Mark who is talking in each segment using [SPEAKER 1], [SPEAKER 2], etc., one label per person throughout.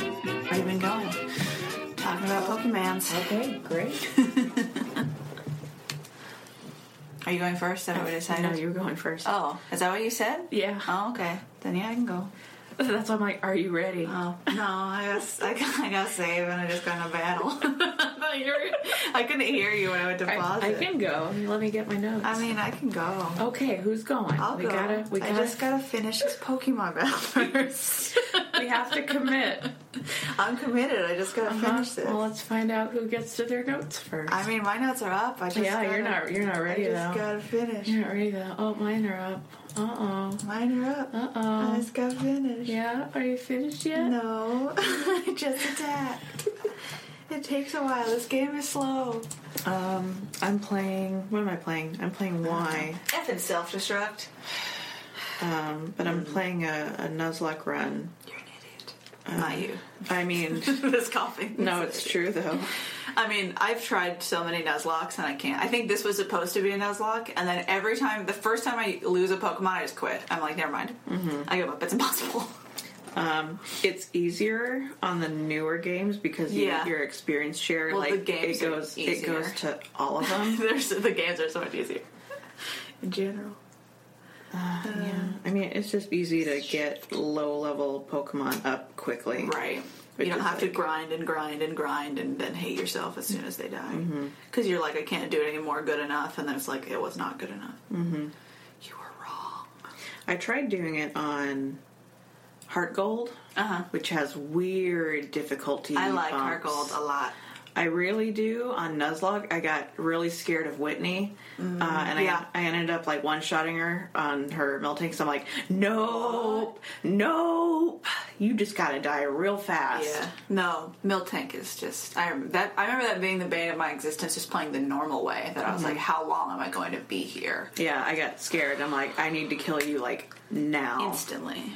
[SPEAKER 1] we've been going. Talking about Pokemans.
[SPEAKER 2] Okay, great.
[SPEAKER 1] Are you going first? Is that what we
[SPEAKER 2] I
[SPEAKER 1] decided?
[SPEAKER 2] know you were going first.
[SPEAKER 1] Oh, is that what you said?
[SPEAKER 2] Yeah.
[SPEAKER 1] Oh, okay. Then yeah, I can go.
[SPEAKER 2] That's why I'm like, are you ready?
[SPEAKER 1] Oh no, I got I got, I got saved and I just got in a battle. I couldn't hear you when I went to
[SPEAKER 2] I,
[SPEAKER 1] pause.
[SPEAKER 2] I
[SPEAKER 1] it.
[SPEAKER 2] can go. Let me get my notes.
[SPEAKER 1] I mean, I can go.
[SPEAKER 2] okay, who's going?
[SPEAKER 1] Uh, I'll
[SPEAKER 2] we
[SPEAKER 1] go.
[SPEAKER 2] gotta. We
[SPEAKER 1] I
[SPEAKER 2] gotta.
[SPEAKER 1] just gotta finish this Pokemon battle first.
[SPEAKER 2] we have to commit.
[SPEAKER 1] I'm committed. I just gotta
[SPEAKER 2] Huh?
[SPEAKER 1] finish this.
[SPEAKER 2] Uh-huh. Well, let's find out who gets to their notes first.
[SPEAKER 1] I mean, my notes are up. I just
[SPEAKER 2] yeah,
[SPEAKER 1] gotta,
[SPEAKER 2] you're not. You're not
[SPEAKER 1] I
[SPEAKER 2] ready
[SPEAKER 1] just
[SPEAKER 2] though.
[SPEAKER 1] gotta finish.
[SPEAKER 2] You're not ready though. Oh, mine are up. Uh oh.
[SPEAKER 1] Mine are up.
[SPEAKER 2] Uh
[SPEAKER 1] I
[SPEAKER 2] oh.
[SPEAKER 1] just gotta finish.
[SPEAKER 2] Yeah. Are you finished yet?
[SPEAKER 1] No, I just attacked. it takes a while. This game is slow.
[SPEAKER 2] Um, I'm playing. What am I playing? I'm playing Y.
[SPEAKER 1] F and self-destruct.
[SPEAKER 2] Um, but I'm playing a, a Nuzlocke run.
[SPEAKER 1] You're an idiot. not you.
[SPEAKER 2] I mean,
[SPEAKER 1] this coughing.
[SPEAKER 2] no, it's true though.
[SPEAKER 1] I mean, I've tried so many Nuzlocks and I can't. I think this was supposed to be a Nuzlocke, and then every time, the first time I lose a Pokemon, I just quit. I'm like, never mind.
[SPEAKER 2] Mm-hmm.
[SPEAKER 1] I give up. It's impossible.
[SPEAKER 2] Um, it's easier on the newer games because you,
[SPEAKER 1] Yeah.
[SPEAKER 2] your experience share
[SPEAKER 1] Well,
[SPEAKER 2] like
[SPEAKER 1] the games
[SPEAKER 2] it
[SPEAKER 1] are
[SPEAKER 2] goes it
[SPEAKER 1] easier.
[SPEAKER 2] goes to all of them.
[SPEAKER 1] There's, the games are so much easier. In general.
[SPEAKER 2] yeah, I mean it's just easy to get low level Pokemon up quickly.
[SPEAKER 1] Right.
[SPEAKER 2] Which
[SPEAKER 1] you don't
[SPEAKER 2] is
[SPEAKER 1] have to
[SPEAKER 2] like-
[SPEAKER 1] grind and grind and grind and then hate yourself as soon as they die. Because you're like, I can't do it anymore, good enough. And then it's like, it was not good enough. Mm-hmm. You were wrong.
[SPEAKER 2] I tried doing it on Heart Gold,
[SPEAKER 1] Uh huh.
[SPEAKER 2] which has weird difficulty.
[SPEAKER 1] I like
[SPEAKER 2] bumps.
[SPEAKER 1] Heart Gold a lot.
[SPEAKER 2] I really do on Nuzlocke. I got really scared of Whitney, uh, and I,
[SPEAKER 1] Mm-hmm. yeah.
[SPEAKER 2] I ended up like one shotting her on her melting. So I'm like, nope, nope, you just gotta die real fast.
[SPEAKER 1] Yeah. No, Milk Tank is just. I remember that. I remember that being the bane of my existence. Just playing the normal way. That I was like, how long am I going to be here?
[SPEAKER 2] Yeah, I got scared. I'm like, I need to kill you like
[SPEAKER 1] Oh.
[SPEAKER 2] now.
[SPEAKER 1] Instantly.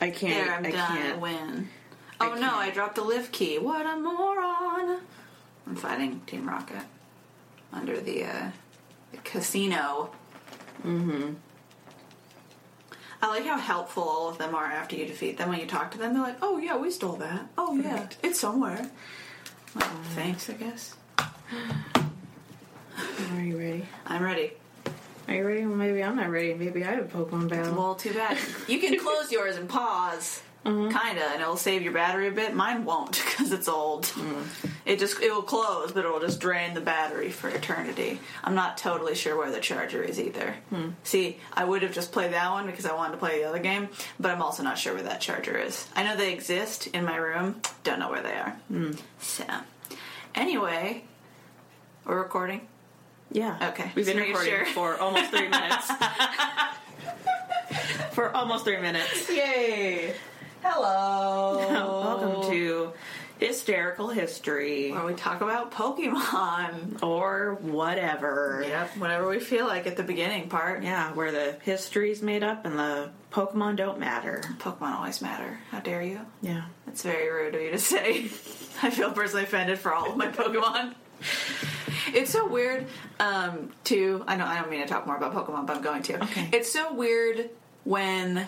[SPEAKER 2] I can't.
[SPEAKER 1] There, I'm
[SPEAKER 2] I
[SPEAKER 1] done. I
[SPEAKER 2] can't.
[SPEAKER 1] win. Oh no, I dropped the live key. What a moron! I'm fighting Team Rocket under the, uh, the casino. Mm-hmm. I like how helpful all of them are after you defeat them. When you talk to them, they're like, "Oh yeah, we stole that. Oh yeah,
[SPEAKER 2] Right.
[SPEAKER 1] it's somewhere." Well, thanks, I guess.
[SPEAKER 2] Are you ready?
[SPEAKER 1] I'm ready.
[SPEAKER 2] Are you ready? Well, maybe I'm not ready. Maybe I have a Pokemon battle.
[SPEAKER 1] Well, too bad. You can close yours and pause, kinda, and it'll save your battery a bit. Mine won't because it's old. It just it will close, but it'll just drain the battery for eternity. I'm not totally sure where the charger is either. See, I would have just played that one because I wanted to play the other game, but I'm also not sure where that charger is. I know they exist in my room. Don't know where they are. So, anyway, we're recording.
[SPEAKER 2] yeah.
[SPEAKER 1] Okay.
[SPEAKER 2] We've
[SPEAKER 1] Just
[SPEAKER 2] been
[SPEAKER 1] making
[SPEAKER 2] recording
[SPEAKER 1] sure.
[SPEAKER 2] for almost three minutes. for almost three minutes.
[SPEAKER 1] Yay! Hello.
[SPEAKER 2] Welcome to Hysterical History
[SPEAKER 1] where we talk about Pokemon.
[SPEAKER 2] or whatever.
[SPEAKER 1] Yep, whenever we feel like at the beginning part.
[SPEAKER 2] Yeah, where the history's made up and the Pokemon don't matter.
[SPEAKER 1] Pokemon always matter. How dare you?
[SPEAKER 2] Yeah.
[SPEAKER 1] That's very rude of you to say. I feel personally offended for all of my Pokemon. It's so weird um, to. I know I don't mean to talk more about Pokemon, but I'm going to.
[SPEAKER 2] Okay.
[SPEAKER 1] It's so weird when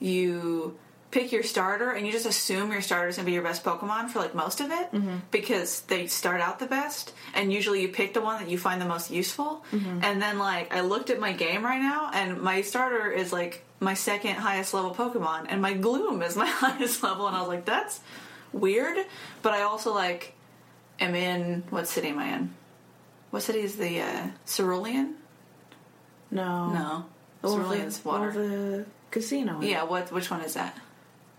[SPEAKER 1] you pick your starter and you just assume your starter's gonna be your best Pokemon for like most of it because they start out the best, and usually you pick the one that you find the most useful. And then like I looked at my game right now, and my starter is like my second highest level Pokemon, and my Gloom is my highest level, and I was like, that's weird. But I also like am in what city am I in? What city is the uh, Cerulean?
[SPEAKER 2] No.
[SPEAKER 1] No,
[SPEAKER 2] The one with
[SPEAKER 1] Cerulean's
[SPEAKER 2] the, one
[SPEAKER 1] water.
[SPEAKER 2] with the casino.
[SPEAKER 1] Yeah, what? Which one is that?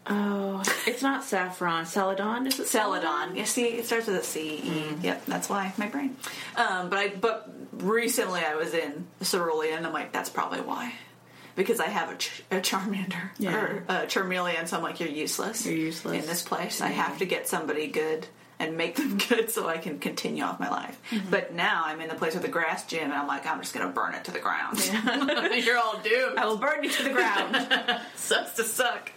[SPEAKER 2] Oh, it's not Saffron. Celadon? Is it
[SPEAKER 1] Celadon. You see, it starts with a C. E. Yep, that's why my brain. Um, but I but recently I was in Cerulean. I'm like, that's probably why, because I have a, ch- a Charmander
[SPEAKER 2] Yeah.
[SPEAKER 1] or a Charmeleon. So I'm like, you're useless.
[SPEAKER 2] You're useless.
[SPEAKER 1] in this place. I have to get somebody good and make them good so I can continue off my life. But now I'm in the place with the grass gym, and I'm like, I'm just gonna burn it to the ground. you're all doomed.
[SPEAKER 2] I will burn you to the ground.
[SPEAKER 1] sucks to suck.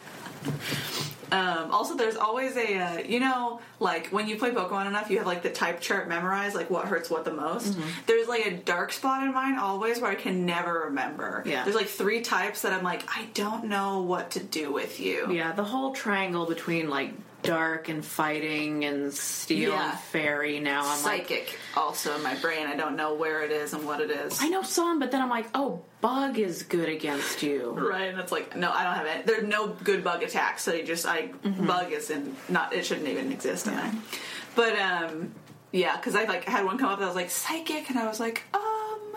[SPEAKER 1] Um, also, there's always a uh, you know like when you play Pokemon enough, you have like the type chart memorized, like what hurts what the most. There's like a dark spot in mine always where I can never remember.
[SPEAKER 2] Yeah.
[SPEAKER 1] There's like three types that I'm like I don't know what to do with you.
[SPEAKER 2] yeah, the whole triangle between like dark and fighting and steel
[SPEAKER 1] Yeah.
[SPEAKER 2] and fairy. Now I'm like,
[SPEAKER 1] Psychic also in my brain. I don't know where it is and what it is.
[SPEAKER 2] I know some, but then I'm like, oh, bug is good against you.
[SPEAKER 1] Right, and it's like, no, I don't have it. There are no good bug attacks, so you just, I bug is in not, it shouldn't even exist. in there. But um, yeah, because I like had one come up that was like psychic, and I was like, um,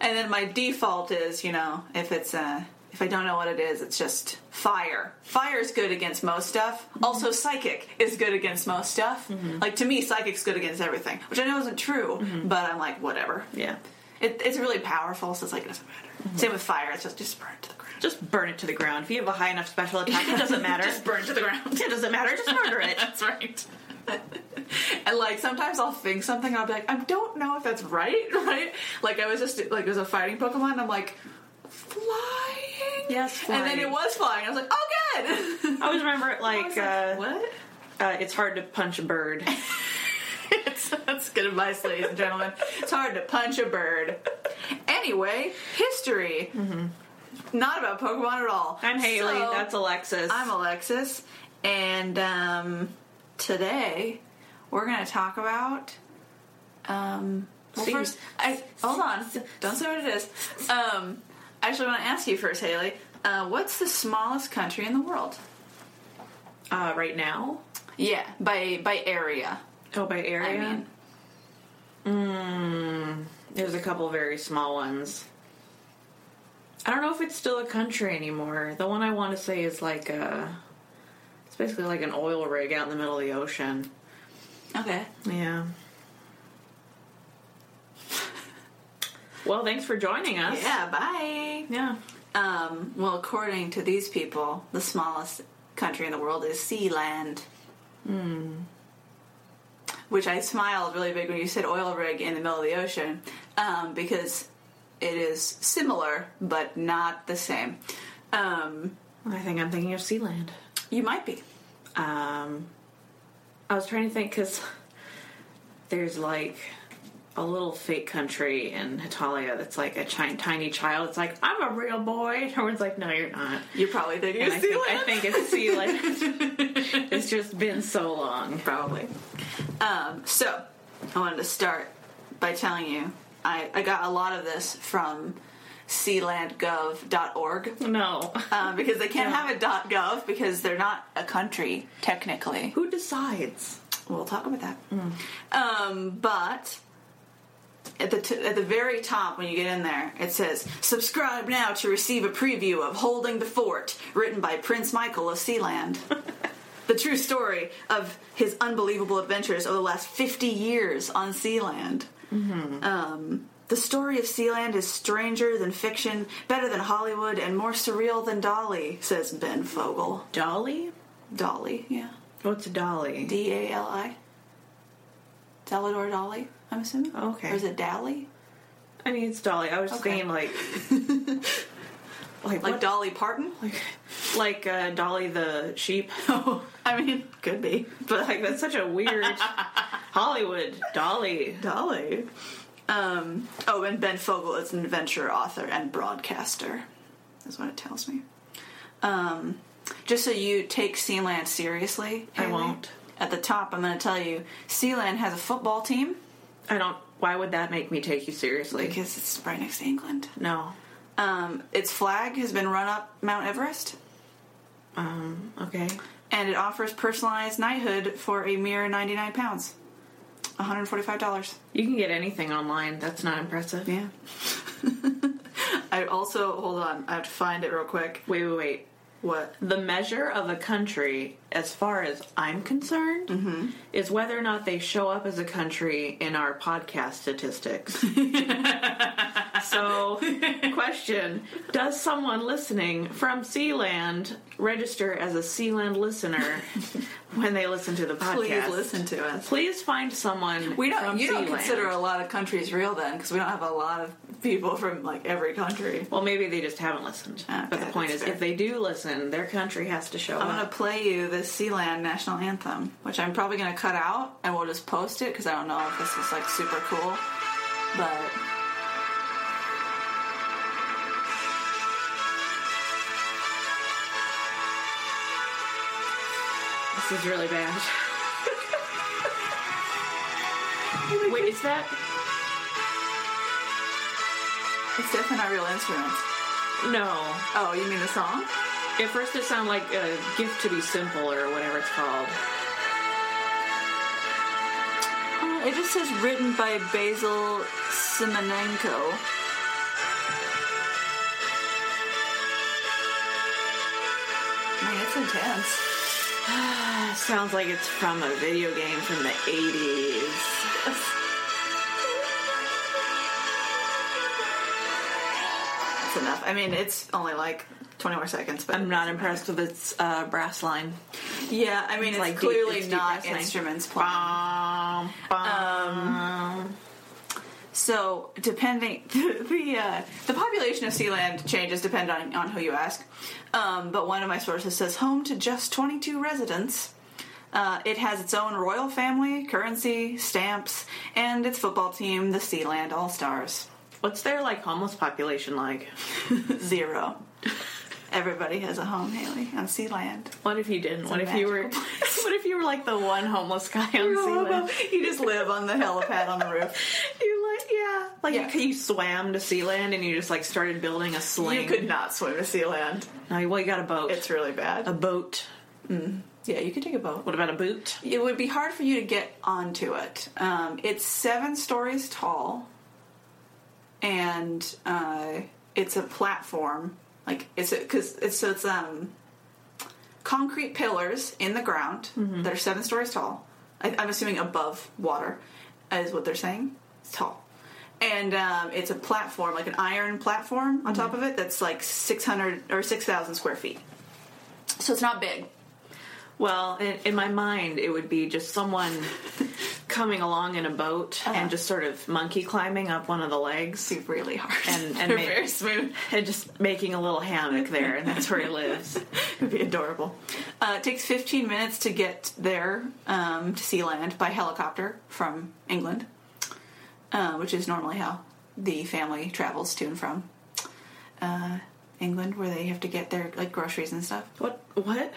[SPEAKER 1] and then my default is, you know, if it's uh if I don't know what it is, it's just fire. Fire is good against most stuff. Also, psychic is good against most stuff. Like to me, psychic's good against everything, which I know isn't true, but I'm like, whatever.
[SPEAKER 2] Yeah.
[SPEAKER 1] It, it's really powerful, so it's like it doesn't matter. Same with fire; it's just just burn it to the ground.
[SPEAKER 2] Just burn it to the ground. If you have a high enough special attack, it doesn't matter.
[SPEAKER 1] Just burn it to the ground.
[SPEAKER 2] it doesn't matter. Just murder it.
[SPEAKER 1] that's right. and like sometimes I'll think something, and I'll be like, I don't know if that's right, right? Like I was just like it was a fighting Pokemon, and I'm like, flying.
[SPEAKER 2] Yes,
[SPEAKER 1] And then
[SPEAKER 2] flying.
[SPEAKER 1] it was flying. I was like, oh, good.
[SPEAKER 2] I always remember it
[SPEAKER 1] I
[SPEAKER 2] like,
[SPEAKER 1] was
[SPEAKER 2] uh,
[SPEAKER 1] what?
[SPEAKER 2] uh, it's hard to punch a bird.
[SPEAKER 1] it's, that's good advice, ladies and gentlemen. It's hard to punch a bird. Anyway, history. Not about Pokemon at all.
[SPEAKER 2] I'm Haley.
[SPEAKER 1] So,
[SPEAKER 2] that's Alexis.
[SPEAKER 1] I'm Alexis, and um, today we're going to talk about. Um, well,
[SPEAKER 2] See.
[SPEAKER 1] first, I, hold on. Don't say what it is. Um, I actually want to ask you first, Haley. Uh, what's the smallest country in the world?
[SPEAKER 2] uh, right now.
[SPEAKER 1] Yeah, by by area.
[SPEAKER 2] Oh, by area.
[SPEAKER 1] I mean,
[SPEAKER 2] There's a couple very small ones. I don't know if it's still a country anymore. The one I want to say is like a. It's basically like an oil rig out in the middle of the ocean.
[SPEAKER 1] okay.
[SPEAKER 2] Yeah. well, thanks for joining us.
[SPEAKER 1] Yeah. Bye.
[SPEAKER 2] Yeah.
[SPEAKER 1] Um, well, according to these people, the smallest country in the world is Sealand. Hmm. Which I smiled really big when you said oil rig in the middle of the ocean, um, because it is similar but not the same. Um,
[SPEAKER 2] I think I'm thinking of Sealand.
[SPEAKER 1] you might be.
[SPEAKER 2] Um, I was trying to think because there's like a little fake country in Italia that's like a chi- tiny child. It's like I'm a real boy, and everyone's like, "No, you're not."
[SPEAKER 1] You're probably thinking
[SPEAKER 2] And
[SPEAKER 1] of
[SPEAKER 2] I
[SPEAKER 1] Sealand.
[SPEAKER 2] think, I think it's Sealand. it's just been so long.
[SPEAKER 1] probably. Um, so, I wanted to start by telling you I, I got a lot of this from sealandgov.org.
[SPEAKER 2] No,
[SPEAKER 1] Um, because they can't have a .gov because they're not a country technically.
[SPEAKER 2] who decides?
[SPEAKER 1] We'll talk about that. Um, but at the t- at the very top when you get in there, it says subscribe now to receive a preview of Holding the Fort, written by Prince Michael of Sealand. the true story of his unbelievable adventures over the last 50 years on Sealand. Um, the story of Sealand is stranger than fiction, better than Hollywood, and more surreal than Dolly, says Ben Fogel.
[SPEAKER 2] Dolly?
[SPEAKER 1] Dolly, yeah.
[SPEAKER 2] What's a dolly?
[SPEAKER 1] D A L I. Salvador Dali, I'm assuming.
[SPEAKER 2] Okay.
[SPEAKER 1] Or is it Dali?
[SPEAKER 2] I mean, it's Dolly. I was
[SPEAKER 1] Okay.
[SPEAKER 2] thinking like,
[SPEAKER 1] Like
[SPEAKER 2] like what-
[SPEAKER 1] Dolly Parton?
[SPEAKER 2] like, like uh, Dolly the sheep.
[SPEAKER 1] Oh. I mean, could be.
[SPEAKER 2] But like that's such a weird Hollywood dolly.
[SPEAKER 1] Dolly. Um, oh, and Ben Fogel is an adventure author and broadcaster, is what it tells me. Um, just so you take Sealand seriously,
[SPEAKER 2] I
[SPEAKER 1] Haley,
[SPEAKER 2] won't.
[SPEAKER 1] At the top, I'm going to tell you Sealand has a football team
[SPEAKER 2] I don't. Why would that make me take you seriously?
[SPEAKER 1] because it's right next to England.
[SPEAKER 2] No.
[SPEAKER 1] Um, its flag has been run up Mount Everest.
[SPEAKER 2] Um. Okay.
[SPEAKER 1] and it offers personalized knighthood for a mere 99 pounds $145
[SPEAKER 2] You can get anything online. That's not impressive.
[SPEAKER 1] yeah i also hold on i have to find it real quick
[SPEAKER 2] Wait, wait, wait.
[SPEAKER 1] what
[SPEAKER 2] The measure of a country, as far as I'm concerned,
[SPEAKER 1] Mm-hmm.
[SPEAKER 2] is whether or not they show up as a country in our podcast statistics. so, question Does someone listening from Sealand register as a Sealand listener when they listen to the podcast?
[SPEAKER 1] please listen to us
[SPEAKER 2] Please find someone.
[SPEAKER 1] we
[SPEAKER 2] from
[SPEAKER 1] don't you don't
[SPEAKER 2] Sealand.
[SPEAKER 1] consider a lot of countries real then because we don't have a lot of people from like every country
[SPEAKER 2] Well, maybe they just haven't listened.
[SPEAKER 1] Okay,
[SPEAKER 2] but the point
[SPEAKER 1] that's
[SPEAKER 2] is,
[SPEAKER 1] fair.
[SPEAKER 2] if they do listen, their country has to show
[SPEAKER 1] i'm
[SPEAKER 2] up.
[SPEAKER 1] going to play you the sealand national anthem which i'm probably going to cut out and we'll just post it because i don't know if this is like super cool but
[SPEAKER 2] This is really bad. Wait, is that?
[SPEAKER 1] It's definitely not real instruments.
[SPEAKER 2] No.
[SPEAKER 1] Oh, you mean the song?
[SPEAKER 2] At first, it sounded like a gift to be simple or whatever it's called.
[SPEAKER 1] Uh, it just says written by Basil Simonenko. Man, it's intense.
[SPEAKER 2] Sounds like it's from a video game from the 80s.
[SPEAKER 1] That's enough. I mean, it's only like 20 more seconds, but
[SPEAKER 2] I'm not impressed with its uh, brass line.
[SPEAKER 1] yeah, I mean, it's,
[SPEAKER 2] like deep-
[SPEAKER 1] clearly
[SPEAKER 2] it's deep
[SPEAKER 1] not
[SPEAKER 2] wrestling.
[SPEAKER 1] instruments playing.
[SPEAKER 2] Um, Uh,
[SPEAKER 1] So, depending the uh, the population of Sealand changes depending on, on who you ask. Um, but one of my sources says home to just 22 residents. Uh, it has its own royal family, currency, stamps, and its football team, the Sealand All Stars.
[SPEAKER 2] What's their like homeless population like?
[SPEAKER 1] Zero. Everybody has a home, Haley, on Sealand.
[SPEAKER 2] What if you didn't? What
[SPEAKER 1] a
[SPEAKER 2] if you were?
[SPEAKER 1] magical
[SPEAKER 2] What if you were like the one homeless guy on Sealand?
[SPEAKER 1] You just live on the helipad on the roof.
[SPEAKER 2] You like yeah, like
[SPEAKER 1] Yeah.
[SPEAKER 2] You, you swam to Sealand and you just like started building a sling.
[SPEAKER 1] You could not swim to Sealand.
[SPEAKER 2] No, you- well, you got a boat.
[SPEAKER 1] It's really bad.
[SPEAKER 2] a boat.
[SPEAKER 1] yeah, you could take a boat.
[SPEAKER 2] What about a boot?
[SPEAKER 1] it would be hard for you to get onto it. Um, it's seven stories tall, and uh, it's a platform. Like it's because it's so it's um concrete pillars in the ground
[SPEAKER 2] Mm-hmm.
[SPEAKER 1] that are seven stories tall. I, I'm assuming above water is what they're saying. It's tall. And um, it's a platform, like an iron platform on top of
[SPEAKER 2] Mm-hmm.
[SPEAKER 1] it, that's like 600 or 6,000 square feet. So it's not big.
[SPEAKER 2] Well, in, in my mind, it would be just someone coming along in a boat
[SPEAKER 1] Uh-huh.
[SPEAKER 2] and just sort of monkey climbing up one of the legs
[SPEAKER 1] It's really hard.
[SPEAKER 2] And- and
[SPEAKER 1] They're
[SPEAKER 2] make-
[SPEAKER 1] very smooth.
[SPEAKER 2] and just making a little hammock there, and that's where he lives.
[SPEAKER 1] It'd be adorable. Uh, it takes 15 minutes to get there um, to Sealand by helicopter from England, uh, which is normally how the family travels to and from uh, England, where they have to get their like groceries and stuff.
[SPEAKER 2] What? What?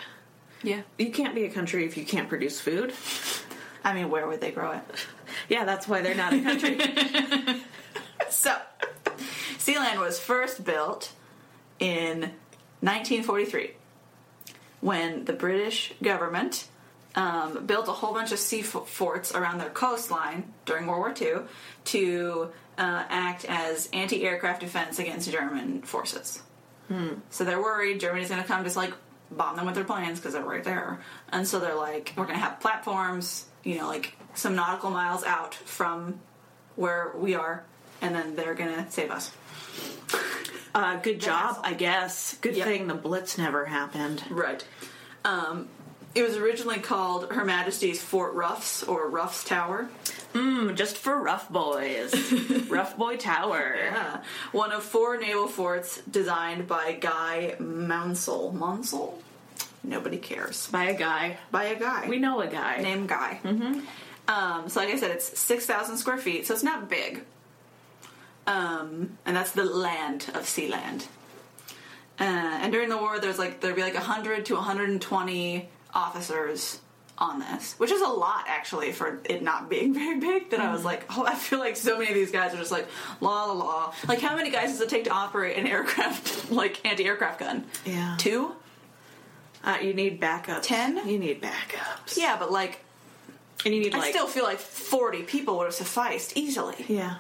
[SPEAKER 1] Yeah.
[SPEAKER 2] You can't be a country if you can't produce food.
[SPEAKER 1] I mean, where would they grow it?
[SPEAKER 2] Yeah, that's why they're not a country.
[SPEAKER 1] So, Sealand was first built in 1943 when the British government um, built a whole bunch of sea fo- forts around their coastline during World War II to uh, act as anti aircraft defense against German forces. So they're worried Germany's going to come just like bomb them with their planes because they're right there. And so they're like, we're going to have platforms, you know, like some nautical miles out from where we are, and then they're going to save us.
[SPEAKER 2] Uh, good job, I guess. Good
[SPEAKER 1] Yep.
[SPEAKER 2] thing the Blitz never happened.
[SPEAKER 1] Right. Um, it was originally called Her Majesty's Fort Ruffs or Ruffs Tower.
[SPEAKER 2] Mm, just for rough boys. rough boy tower.
[SPEAKER 1] Yeah. One of four naval forts designed by Guy Mounsell. Mounsell? Nobody cares.
[SPEAKER 2] By a guy.
[SPEAKER 1] By a guy.
[SPEAKER 2] We know a guy.
[SPEAKER 1] Named Guy. Mm-hmm. Um, so, like I said, it's 6,000 square feet, so it's not big. Um, and that's the land of Sealand. Uh, and during the war, there's like there'd be like 100 to 120 officers on this, which is a lot actually for it not being very big. That I
[SPEAKER 2] Mm-hmm.
[SPEAKER 1] was like, oh, I feel like so many of these guys are just like la la la. Like, how many guys does it take to operate an aircraft like anti-aircraft gun?
[SPEAKER 2] Yeah.
[SPEAKER 1] Two.
[SPEAKER 2] Uh, you need backups.
[SPEAKER 1] Ten?
[SPEAKER 2] You need backups.
[SPEAKER 1] Yeah, but like
[SPEAKER 2] And you need like.
[SPEAKER 1] I still feel like 40 people would have sufficed easily.
[SPEAKER 2] yeah.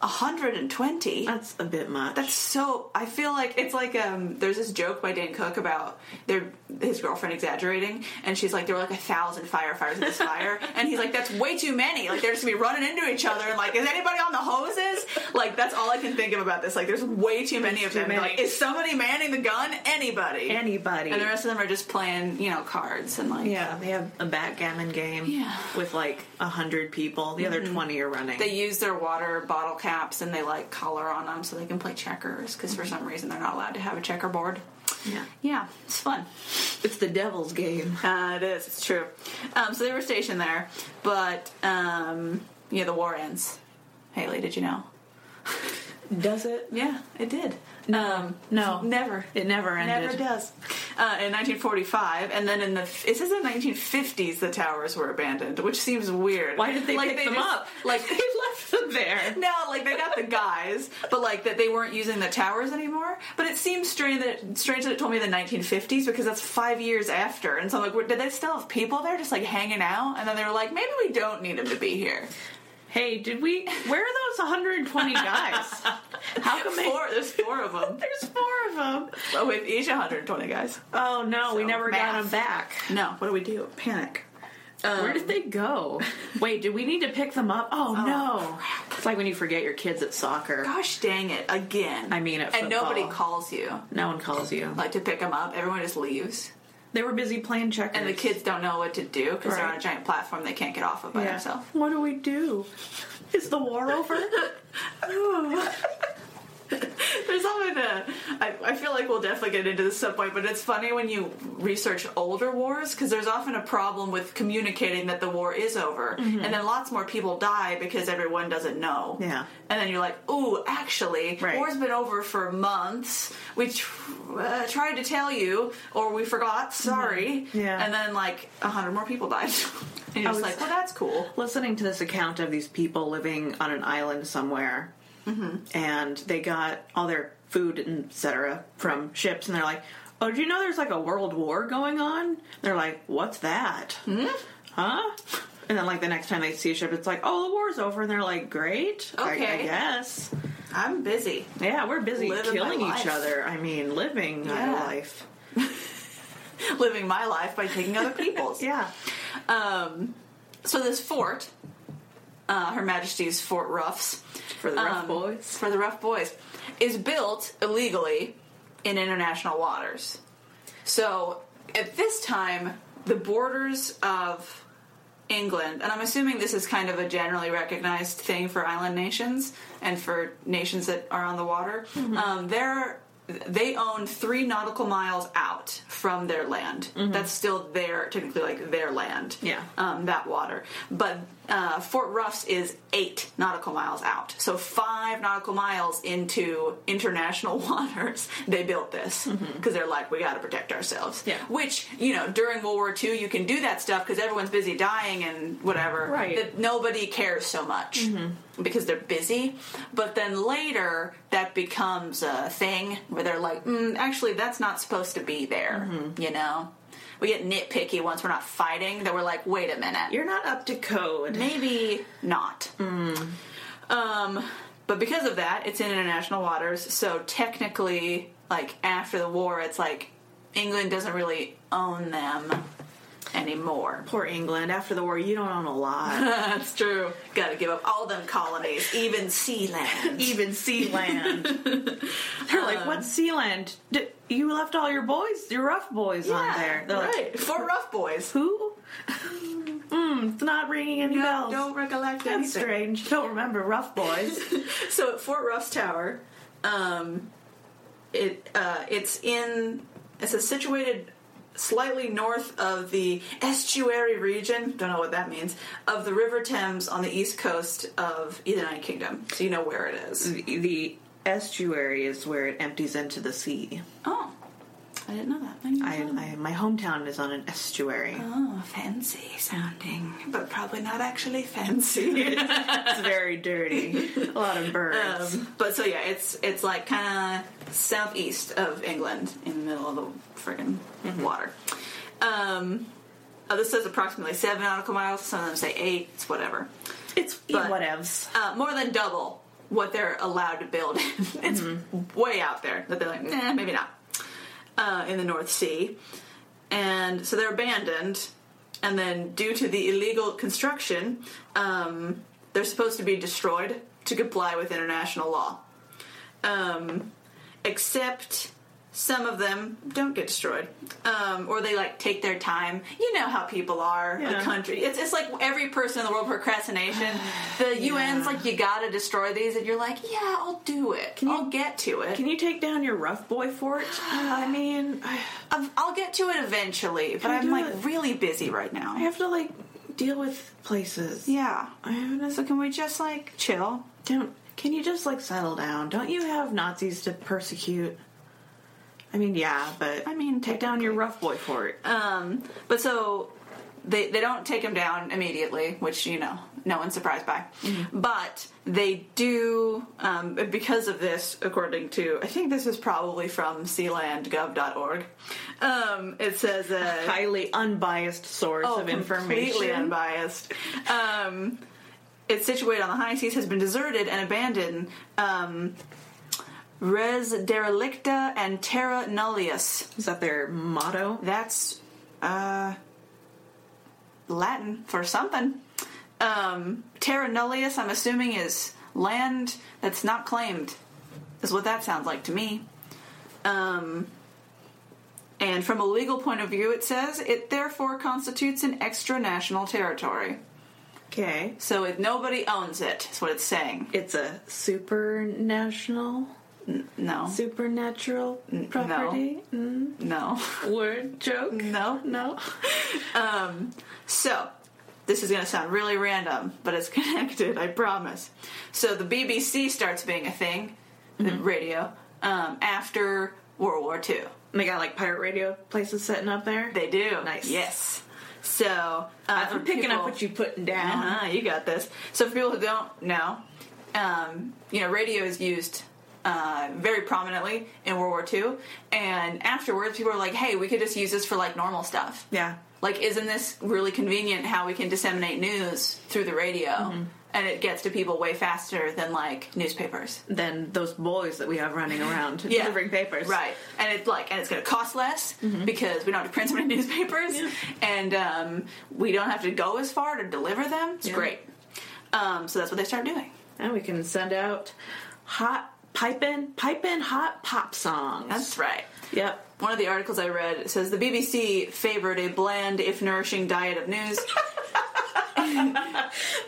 [SPEAKER 1] 120?
[SPEAKER 2] That's a bit much.
[SPEAKER 1] That's so. I feel like it's like um. There's this joke by Dan Cook about their his girlfriend exaggerating, and she's like, "There were like a thousand firefighters in this fire," and he's like, "That's way too many. Like they're just gonna be running into each other, and like, is anybody on the hoses?" Like that's all I can think of about this. Like there's way too many of
[SPEAKER 2] Too
[SPEAKER 1] them.
[SPEAKER 2] many.
[SPEAKER 1] Like is somebody manning the gun? Anybody?
[SPEAKER 2] anybody.
[SPEAKER 1] And the rest of them are just playing, you know, cards and like
[SPEAKER 2] yeah, they have a backgammon game
[SPEAKER 1] Yeah.
[SPEAKER 2] with like a hundred people. The other twenty are running.
[SPEAKER 1] they use their water bottle caps and they like color on them so they can play checkers because for some reason they're not allowed to have a checkerboard.
[SPEAKER 2] yeah,
[SPEAKER 1] Yeah, it's fun.
[SPEAKER 2] it's the devil's game.
[SPEAKER 1] Uh, it is. It's true. Um, so they were stationed there, but um, yeah, the war ends. Haley, did you know?
[SPEAKER 2] Does it?
[SPEAKER 1] Yeah, it did. Um,
[SPEAKER 2] No.
[SPEAKER 1] never.
[SPEAKER 2] It never ended.
[SPEAKER 1] Never does. Uh, in 1945, and then in the it says in 1950s the towers were abandoned, which seems weird.
[SPEAKER 2] Why did they
[SPEAKER 1] like,
[SPEAKER 2] pick them
[SPEAKER 1] just-
[SPEAKER 2] up?
[SPEAKER 1] Like
[SPEAKER 2] They left them there.
[SPEAKER 1] no, like they got the guys, but like that they weren't using the towers anymore. But it seems strange that strange that it told me the 1950s because that's five years after. And so I'm like, were- did they still have people there just like hanging out? And then they were like, maybe we don't need them to be here.
[SPEAKER 2] Hey, did we? Where are those 120 guys? How come they?
[SPEAKER 1] Four, there's four of them
[SPEAKER 2] There's four of them.
[SPEAKER 1] Well, with each 120 guys.
[SPEAKER 2] Oh no, we
[SPEAKER 1] So,
[SPEAKER 2] never got
[SPEAKER 1] math.
[SPEAKER 2] them back.
[SPEAKER 1] No, what do we do? Panic. Um,
[SPEAKER 2] Where did they go? Wait, do we need to pick them up? Oh, no. It's like when you forget your kids at soccer.
[SPEAKER 1] Gosh dang it again!
[SPEAKER 2] I mean, at
[SPEAKER 1] and nobody
[SPEAKER 2] football.
[SPEAKER 1] calls you
[SPEAKER 2] No one calls you.
[SPEAKER 1] like to pick them up. Everyone just leaves.
[SPEAKER 2] They were busy playing checkers.
[SPEAKER 1] And the kids don't know what to do because they're on a
[SPEAKER 2] Right.
[SPEAKER 1] giant platform they can't get off of by
[SPEAKER 2] Yeah.
[SPEAKER 1] themselves.
[SPEAKER 2] What do we do? Is the war over?
[SPEAKER 1] There's always a. I, I feel like we'll definitely get into this at some point, but it's funny when you research older wars because there's often a problem with communicating that the war is over,
[SPEAKER 2] Mm-hmm.
[SPEAKER 1] and then lots more people die because everyone doesn't know.
[SPEAKER 2] Yeah.
[SPEAKER 1] and then you're like, "Ooh, actually,
[SPEAKER 2] Right.
[SPEAKER 1] war's been over for months. We tr- uh, tried to tell you, or we forgot. Sorry."
[SPEAKER 2] Mm-hmm. Yeah.
[SPEAKER 1] and then like a hundred more people died, and you're
[SPEAKER 2] I
[SPEAKER 1] just
[SPEAKER 2] was-
[SPEAKER 1] like, "Well, that's cool."
[SPEAKER 2] Listening to this account of these people living on an island somewhere, and they got all their food and etc. from ships, and they're like, "Oh, did you know there's like a world war going on?" They're like, "What's that?" Huh? And then like the next time they see a ship, it's like, "Oh, the war's over," and they're like, "Great, I- I,
[SPEAKER 1] Okay.
[SPEAKER 2] guess."
[SPEAKER 1] I'm busy.
[SPEAKER 2] Yeah, we're busy
[SPEAKER 1] Living my
[SPEAKER 2] killing
[SPEAKER 1] life.
[SPEAKER 2] each other. I mean, living
[SPEAKER 1] Yeah.
[SPEAKER 2] my life.
[SPEAKER 1] living my life by taking other people's.
[SPEAKER 2] Yeah.
[SPEAKER 1] Um, so this fort, uh, Her Majesty's Fort Ruffs,
[SPEAKER 2] For the rough
[SPEAKER 1] um,
[SPEAKER 2] boys.
[SPEAKER 1] for the Rough Boys, is built illegally in international waters. So at this time, the borders of England, and I'm assuming this is kind of a generally recognized thing for island nations and for nations that are on the water.
[SPEAKER 2] Mm-hmm.
[SPEAKER 1] Um, they're they own three nautical miles out from their land. That's still their technically like their land.
[SPEAKER 2] Mm-hmm. Yeah.
[SPEAKER 1] um, that water. But uh, Fort Ruffs is eight nautical miles out, so five nautical miles into international waters. They built this because they're like, we got to protect ourselves.
[SPEAKER 2] Mm-hmm. Yeah.
[SPEAKER 1] Which, you know, during World War II, you can do that stuff because everyone's busy dying and whatever.
[SPEAKER 2] Right. Mm-hmm.
[SPEAKER 1] That nobody cares so much because they're busy. But then later, that becomes a thing where they're like, mm, actually, that's not supposed to be there, you know? We get nitpicky once we're not fighting that we're like, wait a minute
[SPEAKER 2] You're not up to code.
[SPEAKER 1] maybe not. Mm. Um, but because of that, it's in international waters. So technically, like after the war, it's like England doesn't really own them anymore.
[SPEAKER 2] Poor England. After the war, you don't own a lot.
[SPEAKER 1] That's true. Got to give up all them colonies, even sea land.
[SPEAKER 2] Even sea land. They're like, what
[SPEAKER 1] Um,
[SPEAKER 2] sea land? D- you left all your boys, your rough boys on there. They're like,
[SPEAKER 1] right. Four rough boys.
[SPEAKER 2] who? mm, it's not ringing any bells.
[SPEAKER 1] Don't recollect
[SPEAKER 2] That's
[SPEAKER 1] anything.
[SPEAKER 2] strange. Don't remember rough boys.
[SPEAKER 1] so at Fort Ruff's Tower, um, it uh, it's in it's situated slightly north of the estuary region. Don't know what that means of the River Thames on the east coast of the United Kingdom. So you know where it is.
[SPEAKER 2] the, the estuary is where it empties into the sea.
[SPEAKER 1] Oh, I didn't know that. I, didn't
[SPEAKER 2] I,
[SPEAKER 1] know that.
[SPEAKER 2] I, my hometown is on an estuary.
[SPEAKER 1] Mm-hmm. Oh, fancy sounding, but probably not actually fancy.
[SPEAKER 2] It's very dirty. A lot of birds.
[SPEAKER 1] Um, but so yeah, it's it's like kind of southeast of England, in the middle of the friggin' water. Um, oh, this says approximately seven nautical miles. Some of them say eight. It's whatever.
[SPEAKER 2] it's
[SPEAKER 1] but-
[SPEAKER 2] whatevs.
[SPEAKER 1] Uh, more than double what they're allowed to build. it's way out there that they're like, nah, maybe not. Uh, in the North Sea, and so they're abandoned. And then, due to the illegal construction, um, they're supposed to be destroyed to comply with international law. Um, except some of them don't get destroyed, um, or they like take their time. You know how people are. The
[SPEAKER 2] Yeah.
[SPEAKER 1] country. It's it's like every person in the world procrastination. The UN's like you gotta destroy these, and you're like, yeah, I'll do it. I'll get to it.
[SPEAKER 2] Can you take down your rough boy fort? I mean, I
[SPEAKER 1] I've- I'll get to it eventually, but
[SPEAKER 2] Can you
[SPEAKER 1] I'm
[SPEAKER 2] do
[SPEAKER 1] like
[SPEAKER 2] it?
[SPEAKER 1] really busy right now.
[SPEAKER 2] I have to like deal with places.
[SPEAKER 1] yeah.
[SPEAKER 2] I haven't.
[SPEAKER 1] So can we just like chill?
[SPEAKER 2] Don't Can you just like settle down? Don't you have Nazis to persecute? I mean, yeah, but Uh,
[SPEAKER 1] I mean,
[SPEAKER 2] take down your rough boy for it.
[SPEAKER 1] Um, but so they they don't take him down immediately, which you know no one's surprised by.
[SPEAKER 2] Mm-hmm.
[SPEAKER 1] But they do um, because of this, according to I think this is probably from sealandgov.org. Um, it says uh,
[SPEAKER 2] Highly unbiased source
[SPEAKER 1] oh,
[SPEAKER 2] of information.
[SPEAKER 1] completely unbiased. Um, it's situated on the high seas, has been deserted and abandoned. Um, res derelicta and terra nullius.
[SPEAKER 2] Is that their motto?
[SPEAKER 1] That's uh, Latin for something. Um, terra nullius, I'm assuming, is land that's not claimed, is what that sounds like to me. Um, and from a legal point of view, it says it therefore constitutes an extra national territory.
[SPEAKER 2] Okay.
[SPEAKER 1] So it, nobody owns it, is what it's saying.
[SPEAKER 2] It's a supernational,
[SPEAKER 1] No.
[SPEAKER 2] supernatural
[SPEAKER 1] N- no.
[SPEAKER 2] property Mm,
[SPEAKER 1] No.
[SPEAKER 2] word joke.
[SPEAKER 1] No.
[SPEAKER 2] No.
[SPEAKER 1] So, this is going to sound really random, but it's connected, I promise. So, the BBC starts being a thing, the
[SPEAKER 2] Mm-hmm.
[SPEAKER 1] radio, um, after World War II.
[SPEAKER 2] They got like pirate radio places setting up there.
[SPEAKER 1] They do.
[SPEAKER 2] Nice.
[SPEAKER 1] Yes. So, uh,
[SPEAKER 2] I'm picking up what you're putting down.
[SPEAKER 1] Uh-huh, you got this. So, for people who don't know, um, you know, radio is used uh, very prominently in World War II, and afterwards, people are like, "Hey, we could just use this for like normal stuff."
[SPEAKER 2] Yeah.
[SPEAKER 1] like isn't this really convenient how we can disseminate news through the radio
[SPEAKER 2] Mm-hmm.
[SPEAKER 1] and it gets to people way faster than like newspapers
[SPEAKER 2] Than those boys that we have running around
[SPEAKER 1] Yeah.
[SPEAKER 2] delivering papers. Mm-hmm.
[SPEAKER 1] right and it's like and it's going to cost less because we don't have to print so many newspapers and um, we don't have to go as far to deliver them it's
[SPEAKER 2] Yeah.
[SPEAKER 1] great um, so that's what they start doing
[SPEAKER 2] And we can send out hot piping, piping hot pop songs.
[SPEAKER 1] that's right
[SPEAKER 2] yep.
[SPEAKER 1] one of the articles I read says the BBC favored a bland if nourishing diet of news.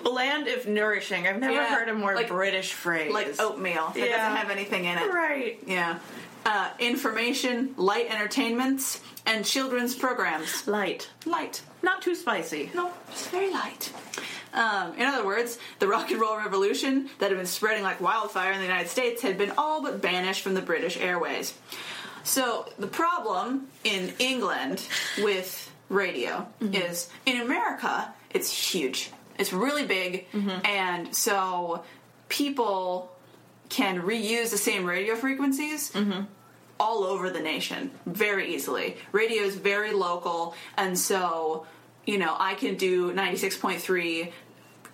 [SPEAKER 2] Bland if nourishing. I've never
[SPEAKER 1] Yeah.
[SPEAKER 2] heard a more
[SPEAKER 1] Like-
[SPEAKER 2] British phrase.
[SPEAKER 1] like oatmeal that
[SPEAKER 2] Yeah.
[SPEAKER 1] doesn't have anything in it.
[SPEAKER 2] oh, Right.
[SPEAKER 1] Yeah. Uh, information, light entertainments, and children's programs.
[SPEAKER 2] Light.
[SPEAKER 1] Light.
[SPEAKER 2] Not too spicy.
[SPEAKER 1] No, it's very light. Um, in other words, the rock and roll revolution that had been spreading like wildfire in the United States had been all but banished from the British airways. So the problem in England with radio is in America, it's huge. It's really big, and so people can reuse the same radio frequencies all over the nation very easily. Radio is very local, and so you know I can do ninety six point three,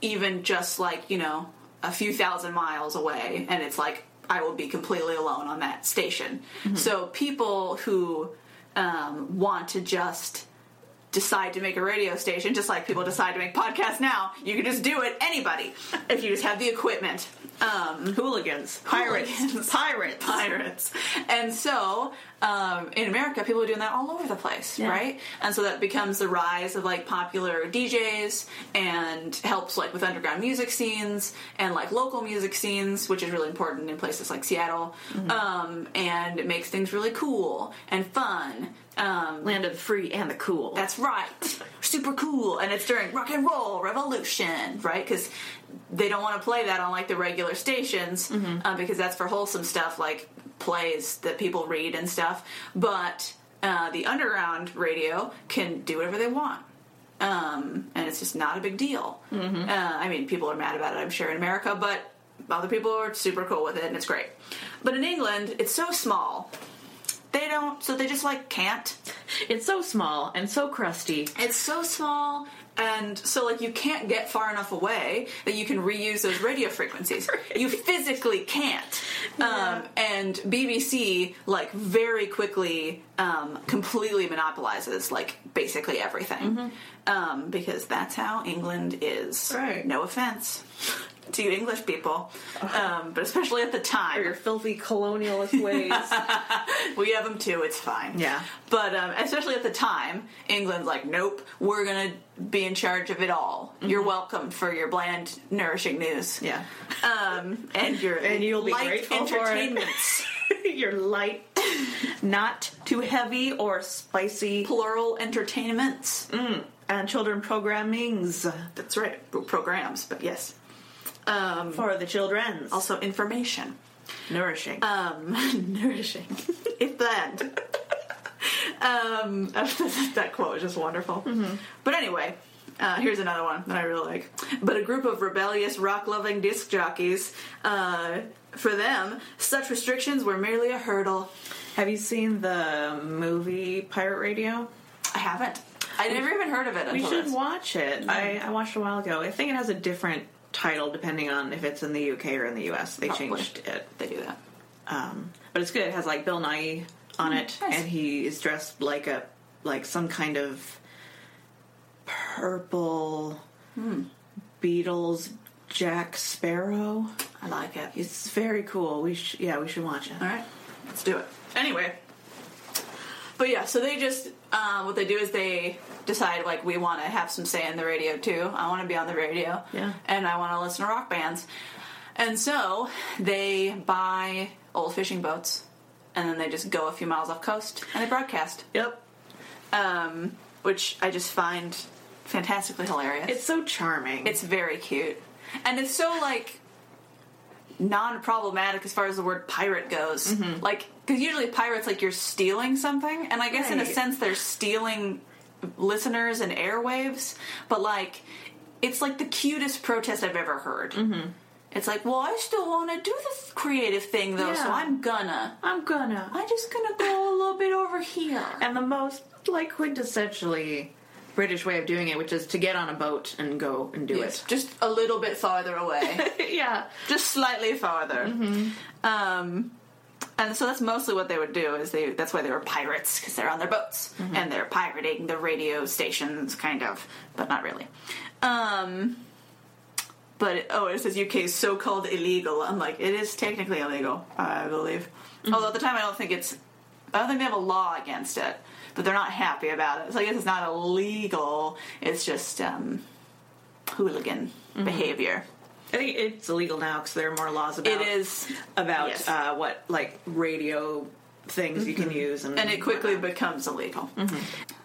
[SPEAKER 1] even just like you know a few thousand miles away, and it's like I will be completely alone on that station. So people who um, want to just decide to make a radio station just like people decide to make podcasts now you can just do it anybody if you just have the equipment um,
[SPEAKER 2] Hooligans. Pirates.
[SPEAKER 1] Hooligans.
[SPEAKER 2] Pirates.
[SPEAKER 1] pirates. And so, um, in America, people are doing that all over the place,
[SPEAKER 2] Yeah.
[SPEAKER 1] right? And so that becomes the rise of like popular DJs and helps like with underground music scenes and like local music scenes, which is really important in places like Seattle. Um, and it makes things really cool and fun. Um,
[SPEAKER 2] Land of the free and the cool.
[SPEAKER 1] that's right. Super cool. And it's during rock and roll revolution, right? Because they don't want to play that on like the regular stations uh, because that's for wholesome stuff like plays that people read and stuff. But uh, the underground radio can do whatever they want. Um, and it's just not a big deal. Uh, I mean, people are mad about it, I'm sure, in America, but other people are super cool with it and it's great. But in England, it's so small. They don't, so they just like can't.
[SPEAKER 2] it's so small and so crusty.
[SPEAKER 1] It's so small, and so like you can't get far enough away that you can reuse those radio frequencies. You physically can't. Um, and BBC like very quickly um, completely monopolizes like basically everything
[SPEAKER 2] Mm-hmm.
[SPEAKER 1] um, because that's how England is.
[SPEAKER 2] Right.
[SPEAKER 1] No offense to you English people, um, but especially at the time,
[SPEAKER 2] Your filthy colonialist ways.
[SPEAKER 1] we have them too. It's fine.
[SPEAKER 2] Yeah.
[SPEAKER 1] But um, especially at the time, England's like, nope, we're gonna be in charge of it all. You're welcome for your bland, nourishing news.
[SPEAKER 2] Mm-hmm. yeah.
[SPEAKER 1] Um, and your
[SPEAKER 2] And you'll be
[SPEAKER 1] light
[SPEAKER 2] grateful for it.
[SPEAKER 1] entertainments,
[SPEAKER 2] You're light. Not too heavy or spicy.
[SPEAKER 1] plural
[SPEAKER 2] Mm.
[SPEAKER 1] entertainments.
[SPEAKER 2] And children programmings.
[SPEAKER 1] That's right. Programs, but yes. Um,
[SPEAKER 2] for the children's.
[SPEAKER 1] also, information.
[SPEAKER 2] nourishing.
[SPEAKER 1] Um, nourishing. if that. um, that quote was just wonderful.
[SPEAKER 2] Mm-hmm.
[SPEAKER 1] But anyway, uh, here's another one that I really like. But a group of rebellious, rock loving disc jockeys, uh, for them, such restrictions were merely a hurdle.
[SPEAKER 2] Have you seen the movie Pirate Radio?
[SPEAKER 1] I haven't. I never even heard of it
[SPEAKER 2] We
[SPEAKER 1] until
[SPEAKER 2] should
[SPEAKER 1] this.
[SPEAKER 2] watch it. I, I watched it a while ago. I think it has a different title depending on if it's in the UK or in the US. They
[SPEAKER 1] Probably.
[SPEAKER 2] changed it.
[SPEAKER 1] They do that.
[SPEAKER 2] Um, but it's good. It has like Bill Nye on it,
[SPEAKER 1] Hmm, nice.
[SPEAKER 2] and he is dressed like a like some kind of purple
[SPEAKER 1] Hmm.
[SPEAKER 2] Beatles Jack Sparrow.
[SPEAKER 1] I like it.
[SPEAKER 2] It's very cool. We sh- yeah, we should watch it.
[SPEAKER 1] All right, let's do it. Anyway, but yeah, so they just um, what they do is they decide like we want to have some say in the radio too. I want to be on the radio,
[SPEAKER 2] Yeah.
[SPEAKER 1] and I want to listen to rock bands, and so they buy old fishing boats, and then they just go a few miles off coast and they broadcast,
[SPEAKER 2] Yep.
[SPEAKER 1] um, which I just find fantastically hilarious.
[SPEAKER 2] It's so charming.
[SPEAKER 1] It's very cute. And it's so, like, non problematic as far as the word pirate goes. Like, because usually pirates, like, you're stealing something. And I guess in a
[SPEAKER 2] Right.
[SPEAKER 1] sense, they're stealing listeners and airwaves. But, like, it's like the cutest protest I've ever heard. It's like, well, I still want to do this creative thing, though, so
[SPEAKER 2] Yeah.
[SPEAKER 1] I'm gonna.
[SPEAKER 2] I'm gonna.
[SPEAKER 1] I'm just gonna go a little bit over here.
[SPEAKER 2] And the most like quintessentially British way of doing it, which is to get on a boat and go and do
[SPEAKER 1] Yes, Just a little bit farther away.
[SPEAKER 2] it. yeah.
[SPEAKER 1] just slightly farther. Um, and so that's mostly what they would do. Is they that's why they were pirates because they're on their boats and they're pirating the radio stations, kind of, but not really. Um, but it- oh, it says UK so-called illegal. I'm like, it is technically illegal, I believe. Although at the time, I don't think it's. I don't think they have a law against it, but they're not happy about it. So I guess it's not illegal. It's just um, hooligan behavior.
[SPEAKER 2] I think it's illegal now because there are more laws about
[SPEAKER 1] It is
[SPEAKER 2] about
[SPEAKER 1] Yes.
[SPEAKER 2] uh, what like radio things you can use Mm-hmm. and,
[SPEAKER 1] and it quickly becomes illegal.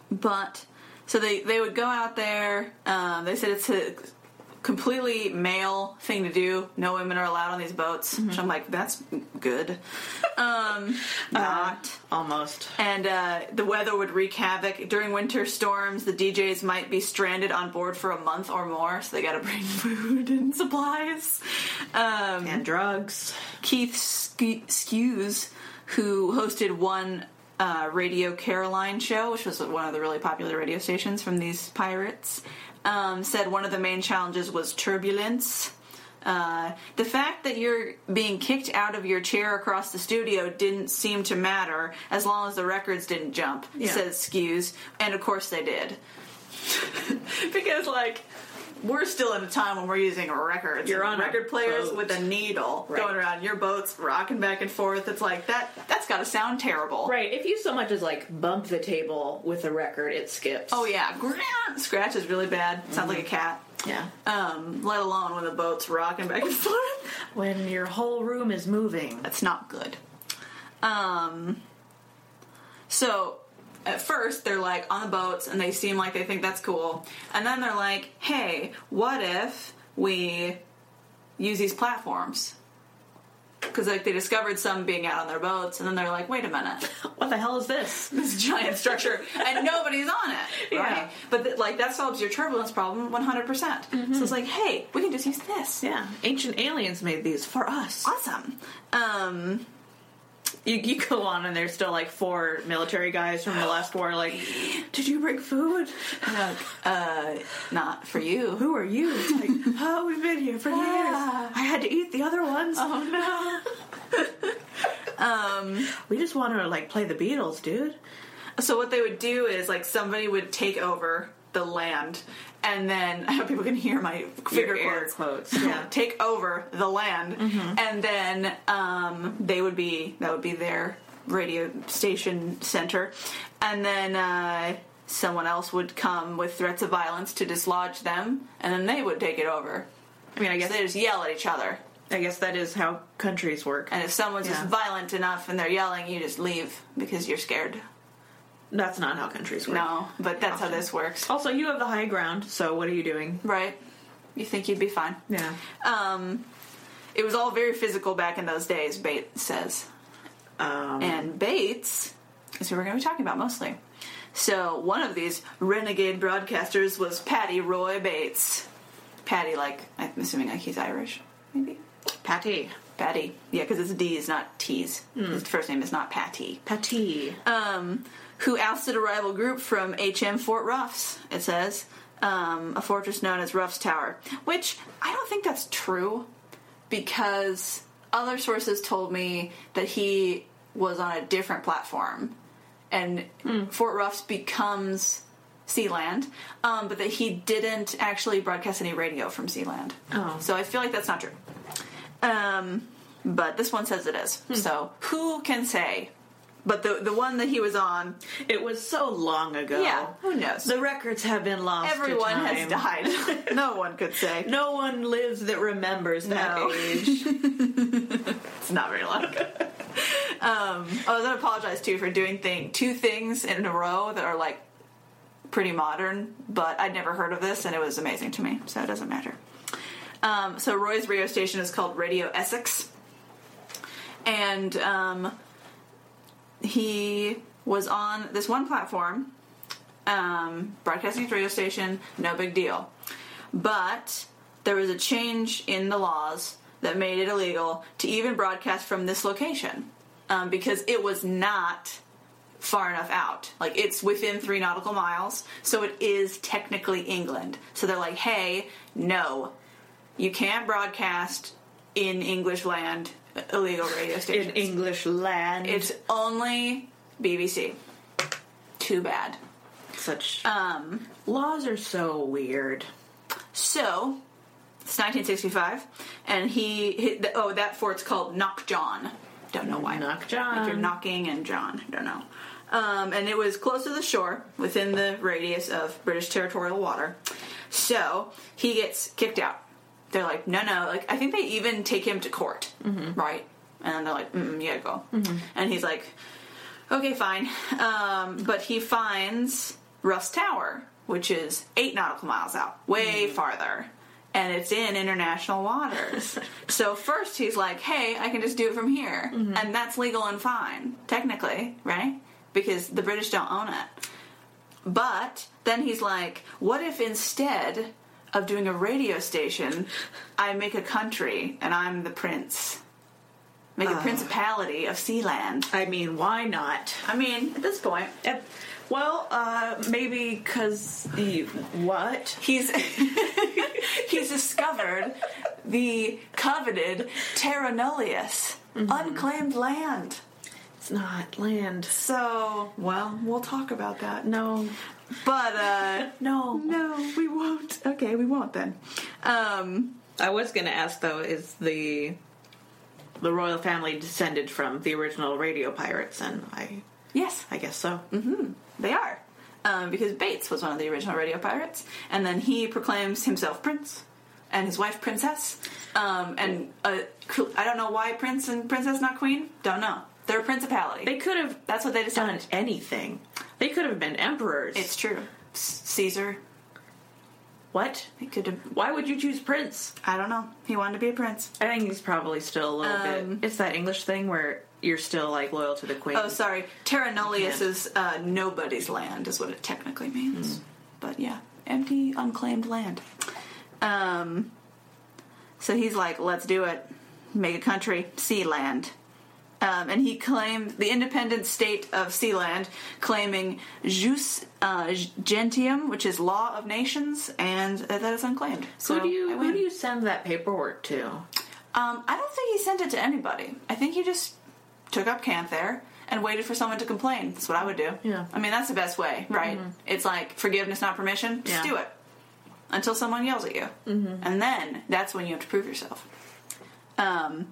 [SPEAKER 1] But so they they would go out there. Um, they said it's a completely male thing to do. No women are allowed on these boats. Which I'm like, that's good. um, not.
[SPEAKER 2] almost
[SPEAKER 1] And uh, the weather would wreak havoc. During winter storms, the DJs might be stranded on board for a month or more, so they gotta bring food and supplies. Um,
[SPEAKER 2] and drugs.
[SPEAKER 1] Keith Ske- Skews, who hosted one uh, Radio Caroline show, which was one of the really popular radio stations from these pirates, um, said one of the main challenges was turbulence. Uh, the fact that you're being kicked out of your chair across the studio didn't seem to matter as long as the records didn't jump,
[SPEAKER 2] Yeah.
[SPEAKER 1] says Skews, and of course they did. because, like, we're still in a time when we're using records.
[SPEAKER 2] You're on a
[SPEAKER 1] record players
[SPEAKER 2] boat.
[SPEAKER 1] with a needle
[SPEAKER 2] Right.
[SPEAKER 1] going around your boats, rocking back and forth. It's like that. That's got to sound terrible.
[SPEAKER 2] Right. If you so much as like bump the table with a record, it skips.
[SPEAKER 1] Oh yeah, Grrrr. scratch is really bad. Sounds like a cat.
[SPEAKER 2] yeah. Uh,
[SPEAKER 1] Um, let alone when the boat's rocking back and forth.
[SPEAKER 2] When your whole room is moving.
[SPEAKER 1] That's not good. Um, so at first they're like on the boats and they seem like they think that's cool. And then they're like, hey, what if we use these platforms? Because like they discovered some being out on their boats, and then they're like, "Wait a minute,
[SPEAKER 2] What the hell is this?
[SPEAKER 1] this giant structure and nobody's on it right
[SPEAKER 2] Yeah.
[SPEAKER 1] but th- like that solves your turbulence problem 100% percent so it's like hey we can just use this
[SPEAKER 2] Mm-hmm. Yeah. Ancient aliens made these for us.
[SPEAKER 1] awesome um
[SPEAKER 2] You, you go on and there's still like four military guys from the last war. Like, did you bring food?
[SPEAKER 1] like, uh not for you
[SPEAKER 2] Who are you? It's like, oh, we've been here for years.
[SPEAKER 1] Ah.
[SPEAKER 2] I had to eat the other ones.
[SPEAKER 1] oh no um
[SPEAKER 2] We just want to like play the Beatles, dude.
[SPEAKER 1] So what they would do is like somebody would take over the land, and then I hope people can hear my figure
[SPEAKER 2] air
[SPEAKER 1] quotes.
[SPEAKER 2] quotes, yeah.
[SPEAKER 1] take over the land,
[SPEAKER 2] Mm-hmm.
[SPEAKER 1] and then um, they would be that would be their radio station center, and then. Uh, Someone else would come with threats of violence to dislodge them, and then they would take it over.
[SPEAKER 2] I mean, I
[SPEAKER 1] So
[SPEAKER 2] guess
[SPEAKER 1] they just yell at each other,
[SPEAKER 2] I guess that is how countries work.
[SPEAKER 1] and if someone's just
[SPEAKER 2] Yeah.
[SPEAKER 1] violent enough and they're yelling, you just leave because you're scared.
[SPEAKER 2] That's not how countries work.
[SPEAKER 1] No, but that's how this works.
[SPEAKER 2] Also, you have the high ground, so what are you doing?
[SPEAKER 1] Right. you think you'd be fine.
[SPEAKER 2] Yeah.
[SPEAKER 1] Um, it was all very physical back in those days, Bates says.
[SPEAKER 2] Um,
[SPEAKER 1] And Bates is who we're going to be talking about mostly. So one of these renegade broadcasters was Patty Roy Bates. Patty, like, I'm assuming like he's Irish, maybe?
[SPEAKER 2] Patty.
[SPEAKER 1] Patty. Yeah, because it's D's, not T's. His first name is not Patty.
[SPEAKER 2] Patty.
[SPEAKER 1] um, who ousted a rival group from HM Fort Ruffs, it says, um, a fortress known as Ruffs Tower, which I don't think that's true because other sources told me that he was on a different platform and Fort Ruffs becomes Sealand, um, but that he didn't actually broadcast any radio from Sealand.
[SPEAKER 2] Oh.
[SPEAKER 1] So I feel like that's not true. Um, but this one says it is. So who can say? But the the one that he was on,
[SPEAKER 2] It was so long ago.
[SPEAKER 1] yeah, who knows?
[SPEAKER 2] The records have been lost. to
[SPEAKER 1] Everyone has
[SPEAKER 2] time.
[SPEAKER 1] died. no one could say.
[SPEAKER 2] No one lives that remembers that
[SPEAKER 1] No.
[SPEAKER 2] age.
[SPEAKER 1] It's not very long ago. um, I was gonna apologize too for doing thing two things in a row that are like pretty modern, but I'd never heard of this and it was amazing to me, so it doesn't matter. Um, so Roy's radio station is called Radio Essex, and um, he was on this one platform, um, broadcasting his radio station. No big deal, but there was a change in the laws that made it illegal to even broadcast from this location um, because it was not far enough out. Like it's within three nautical miles, so it is technically England. So they're like, hey, no, you can't broadcast in English land uh, illegal radio
[SPEAKER 2] In
[SPEAKER 1] stations.
[SPEAKER 2] English land.
[SPEAKER 1] it's only BBC. Too bad.
[SPEAKER 2] such.
[SPEAKER 1] Um,
[SPEAKER 2] laws are so weird.
[SPEAKER 1] So, it's 1965, and he, he th- oh that fort's called Knock John. Don't know why.
[SPEAKER 2] Knock John.
[SPEAKER 1] Like you're knocking and John. Don't know. Um, and it was close to the shore, within the radius of British territorial water. So he gets kicked out. They're like, no, no. Like I think they even take him to court,
[SPEAKER 2] Mm-hmm.
[SPEAKER 1] right? And they're like, mm, you gotta go. And he's like, okay, fine. Um, but he finds Russ Tower, which is eight nautical miles out, way farther. And it's in international waters. so first he's like, hey, I can just do it from here. And that's legal and fine, technically, right? Because the British don't own it. But then he's like, what if instead of doing a radio station, I make a country and I'm the prince? Make a principality of Sealand.
[SPEAKER 2] I mean, why not?
[SPEAKER 1] I mean, at this point,
[SPEAKER 2] Yep. Well, uh, maybe because you. What?
[SPEAKER 1] he's he's discovered the coveted Terra Nullius, unclaimed land.
[SPEAKER 2] It's not land.
[SPEAKER 1] So, well, we'll talk about that.
[SPEAKER 2] No.
[SPEAKER 1] But uh
[SPEAKER 2] No.
[SPEAKER 1] no, we won't. Okay, we won't then. Um
[SPEAKER 2] I was going to ask though, is the the royal family descended from the original radio pirates? And I,
[SPEAKER 1] yes,
[SPEAKER 2] I guess so.
[SPEAKER 1] Mm-hmm. they are. Um, because Bates was one of the original radio pirates, and then he proclaims himself prince, and his wife princess, um, and uh, I don't know why prince and princess not queen. Don't know. They're a principality.
[SPEAKER 2] They could have
[SPEAKER 1] That's what they
[SPEAKER 2] done
[SPEAKER 1] decided.
[SPEAKER 2] anything. They could have been emperors.
[SPEAKER 1] It's true. S- Caesar.
[SPEAKER 2] what?
[SPEAKER 1] He could have.
[SPEAKER 2] Why would you choose prince?
[SPEAKER 1] I don't know. He wanted to be a prince.
[SPEAKER 2] I think he's probably still a little
[SPEAKER 1] Um,
[SPEAKER 2] bit. It's that English thing where you're still like loyal to the queen.
[SPEAKER 1] Oh, sorry. Terra Nullius is uh, nobody's land, is what it technically
[SPEAKER 2] Hmm.
[SPEAKER 1] means. But yeah, empty, unclaimed land. Um, so he's like, let's do it. Make a country, Sealand. Um, and he claimed the independent state of Sealand, claiming jus uh, gentium, which is law of nations, and that is unclaimed. So
[SPEAKER 2] who do you
[SPEAKER 1] I
[SPEAKER 2] who
[SPEAKER 1] win.
[SPEAKER 2] do you send that paperwork to?
[SPEAKER 1] Um, I don't think he sent it to anybody. I think he just took up camp there and waited for someone to complain. That's what I would do.
[SPEAKER 2] Yeah. Mm-hmm.
[SPEAKER 1] I mean, that's the best way, right? It's like forgiveness, not permission. Just
[SPEAKER 2] Yeah.
[SPEAKER 1] do it until someone yells at you, mm-hmm. and then that's when you have to prove yourself. Um.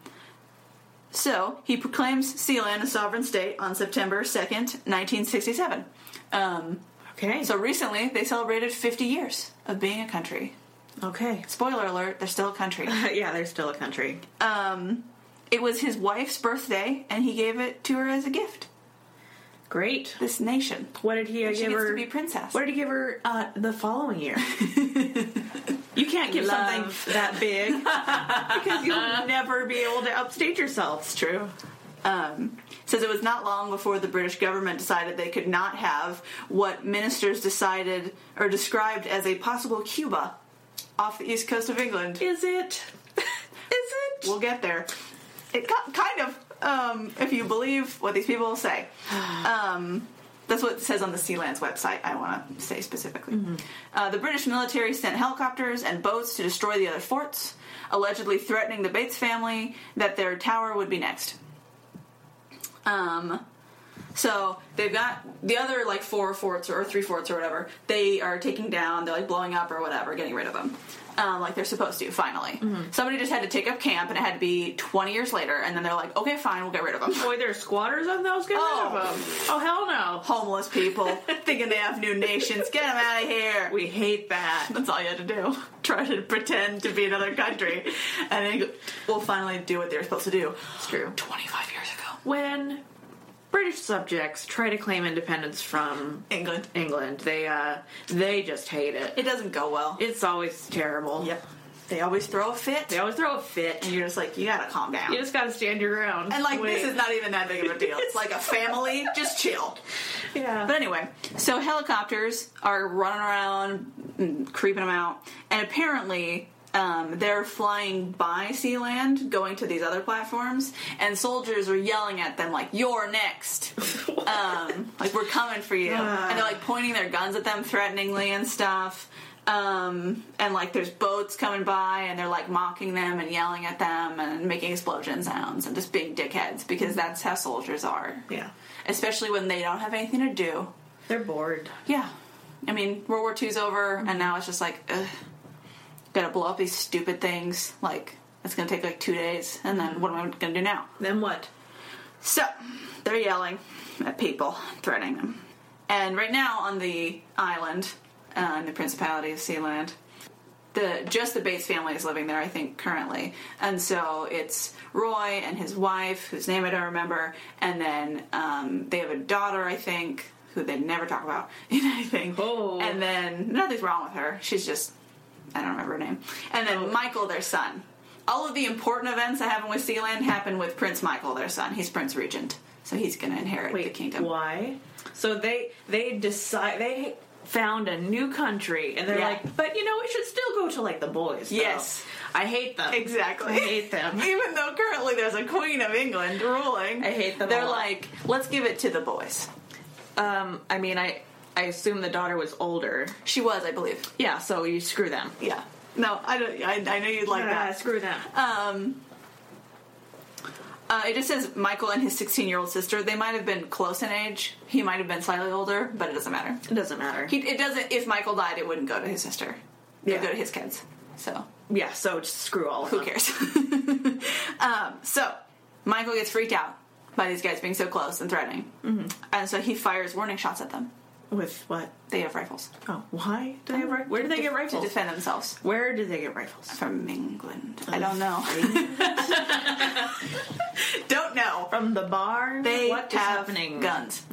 [SPEAKER 1] So he proclaims Sealand a sovereign state on September second, nineteen sixty-seven. Um,
[SPEAKER 2] Okay.
[SPEAKER 1] so recently, they celebrated fifty years of being a country.
[SPEAKER 2] okay.
[SPEAKER 1] Spoiler alert: they're still a country.
[SPEAKER 2] yeah, they're still a country.
[SPEAKER 1] um, it was his wife's birthday, and he gave it to her as a gift.
[SPEAKER 2] Great.
[SPEAKER 1] This nation.
[SPEAKER 2] What did he
[SPEAKER 1] She
[SPEAKER 2] give
[SPEAKER 1] gets
[SPEAKER 2] her?
[SPEAKER 1] to be princess.
[SPEAKER 2] What did he give her uh, the following year? you can't give
[SPEAKER 1] Love.
[SPEAKER 2] something that big because you'll never be able to upstage yourself.
[SPEAKER 1] It's true. Um, says it was not long before the British government decided they could not have what ministers decided or described as a possible Cuba off the east coast of England.
[SPEAKER 2] Is it? Is it?
[SPEAKER 1] We'll get there. It ki- kind of, um, if you believe what these people say. Um, that's what it says on the Sealands website, I want to say specifically. Uh, the British military sent helicopters and boats to destroy the other forts, allegedly threatening the Bates family that their tower would be next. Um, so they've got the other like four forts or three forts or whatever. They are taking down. They're like blowing up or whatever, getting rid of them, um, like they're supposed to. Finally, somebody just had to take up camp, and it had to be 20 years later. And then they're like, okay, fine, we'll get rid of them.
[SPEAKER 2] Boy, there's squatters on those. Get rid
[SPEAKER 1] Oh.
[SPEAKER 2] of 'em. Oh hell no.
[SPEAKER 1] Homeless people thinking they have new nations. Get them out of here.
[SPEAKER 2] We hate that.
[SPEAKER 1] That's all you had to do. Try to pretend to be another country, and then you go- we'll finally do what they're supposed to do.
[SPEAKER 2] It's true.
[SPEAKER 1] 25 years ago,
[SPEAKER 2] When British subjects try to claim independence from
[SPEAKER 1] England.
[SPEAKER 2] England, they uh, they just hate it.
[SPEAKER 1] It doesn't go well.
[SPEAKER 2] It's always terrible.
[SPEAKER 1] Yep. They always throw a fit.
[SPEAKER 2] They always throw a fit.
[SPEAKER 1] and you're just like, you gotta calm down.
[SPEAKER 2] You just gotta stand your ground.
[SPEAKER 1] and like,
[SPEAKER 2] Wait.
[SPEAKER 1] this is not even that big of a deal. It's like a family, just chill.
[SPEAKER 2] yeah.
[SPEAKER 1] But anyway, so helicopters are running around, mm, creeping them out, and apparently. Um, they're flying by Sealand, going to these other platforms, and soldiers are yelling at them like, "You're next!" um, like we're coming for you,
[SPEAKER 2] Ah.
[SPEAKER 1] and they're like pointing their guns at them threateningly and stuff. Um, and like there's boats coming by, and they're like mocking them and yelling at them and making explosion sounds and just being dickheads because that's how soldiers are
[SPEAKER 2] yeah.
[SPEAKER 1] especially when they don't have anything to do.
[SPEAKER 2] They're bored.
[SPEAKER 1] Yeah, I mean, World War II's over, and now it's just like, ugh, gotta blow up these stupid things. Like, it's gonna take like two days, and then what am I gonna do now?
[SPEAKER 2] Then what?
[SPEAKER 1] So, they're yelling at people, threatening them. And right now on the island, uh, in the Principality of Sealand, the just the Bates family is living there, I think, currently. And so it's Roy and his wife, whose name I don't remember, and then um, they have a daughter, I think, who they never talk about in anything.
[SPEAKER 2] Oh.
[SPEAKER 1] And then nothing's wrong with her. She's just I don't remember her name. And then Michael, their son. All of the important events that happened with Sealand happen with Prince Michael, their son. He's Prince Regent, so he's going to inherit the kingdom.
[SPEAKER 2] Why? So they they decide they found a new country and they're
[SPEAKER 1] Yeah.
[SPEAKER 2] like, but you know, we should still go to like the boys. though."
[SPEAKER 1] Yes.
[SPEAKER 2] I hate them.
[SPEAKER 1] Exactly.
[SPEAKER 2] I hate them.
[SPEAKER 1] Even though currently there's a Queen of England ruling,
[SPEAKER 2] I hate them
[SPEAKER 1] They're
[SPEAKER 2] all.
[SPEAKER 1] like, let's give it to the boys.
[SPEAKER 2] Um, I mean, I I assume the daughter was older.
[SPEAKER 1] She was, I believe.
[SPEAKER 2] Yeah, so you screw them.
[SPEAKER 1] Yeah. No, I don't. I, I know you'd like that.
[SPEAKER 2] screw them.
[SPEAKER 1] Um, uh, it just says Michael and his 16 year old sister. They might have been close in age. He might have been slightly older, but it doesn't matter.
[SPEAKER 2] It doesn't matter.
[SPEAKER 1] He, it doesn't. If Michael died, it wouldn't go to his sister. It'd
[SPEAKER 2] Yeah.
[SPEAKER 1] go to his kids. So
[SPEAKER 2] yeah, so just screw all of
[SPEAKER 1] who
[SPEAKER 2] them.
[SPEAKER 1] cares? um, so Michael gets freaked out by these guys being so close and threatening, mm-hmm. and so he fires warning shots at them.
[SPEAKER 2] With what?
[SPEAKER 1] They have rifles.
[SPEAKER 2] Oh, why do they have rifles? Where do they get
[SPEAKER 1] to
[SPEAKER 2] rifles?
[SPEAKER 1] defend themselves
[SPEAKER 2] Where do they get rifles?
[SPEAKER 1] from England? I don't know. don't know.
[SPEAKER 2] From the bar?
[SPEAKER 1] They
[SPEAKER 2] what is
[SPEAKER 1] have
[SPEAKER 2] happening? Mm-hmm.
[SPEAKER 1] guns,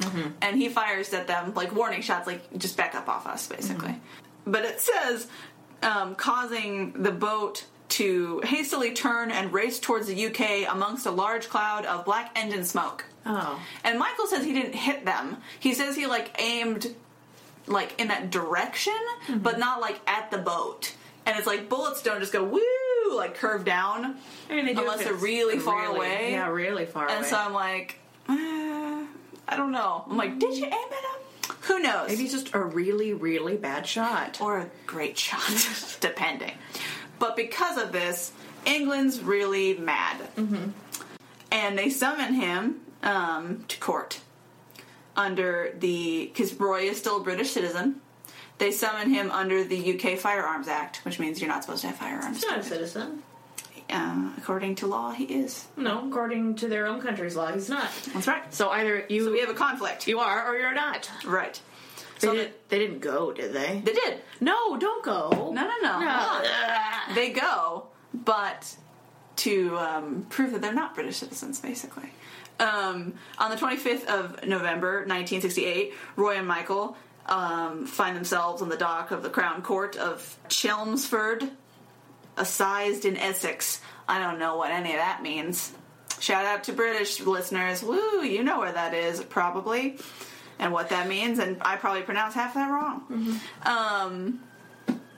[SPEAKER 1] and he fires at them like warning shots, like just back up off us, basically.
[SPEAKER 2] Mm-hmm.
[SPEAKER 1] But it says um, causing the boat to hastily turn and race towards the UK amongst a large cloud of black engine smoke.
[SPEAKER 2] Oh.
[SPEAKER 1] And Michael says he didn't hit them. He says he like aimed like in that direction,
[SPEAKER 2] Mm-hmm.
[SPEAKER 1] but not like at the boat. And it's like bullets don't just go woo like curve down.
[SPEAKER 2] I mean, they do
[SPEAKER 1] Unless
[SPEAKER 2] if
[SPEAKER 1] they're
[SPEAKER 2] it's
[SPEAKER 1] really far away.
[SPEAKER 2] Yeah, really far
[SPEAKER 1] And
[SPEAKER 2] away.
[SPEAKER 1] so I'm like, uh, I don't know. I'm like, did you aim at him? Who knows?
[SPEAKER 2] Maybe it's just a really, really bad shot.
[SPEAKER 1] or a great shot, depending. But because of this, England's really mad. And they summon him um, to court under the. Because Roy is still a British citizen. They summon him under the UK Firearms Act, which means you're not supposed to have firearms.
[SPEAKER 2] not a citizen.
[SPEAKER 1] Uh, according to law, he is.
[SPEAKER 2] No, according to their own country's law, he's not.
[SPEAKER 1] That's right.
[SPEAKER 2] So either you
[SPEAKER 1] We have a conflict.
[SPEAKER 2] you are or you're not.
[SPEAKER 1] Right.
[SPEAKER 2] They,
[SPEAKER 1] So
[SPEAKER 2] did, they didn't go, did they?
[SPEAKER 1] they did.
[SPEAKER 2] No, don't go.
[SPEAKER 1] No, no, no. Hold on. they go, but to um, prove that they're not British citizens, basically. Um, on the 25th of November 1968, Roy and Michael um, find themselves on the dock of the Crown Court of Chelmsford sized in Essex. I don't know what any of that means. Shout out to British listeners. Woo, you know where that is, probably, and what that means, and I probably pronounce half that wrong. Um,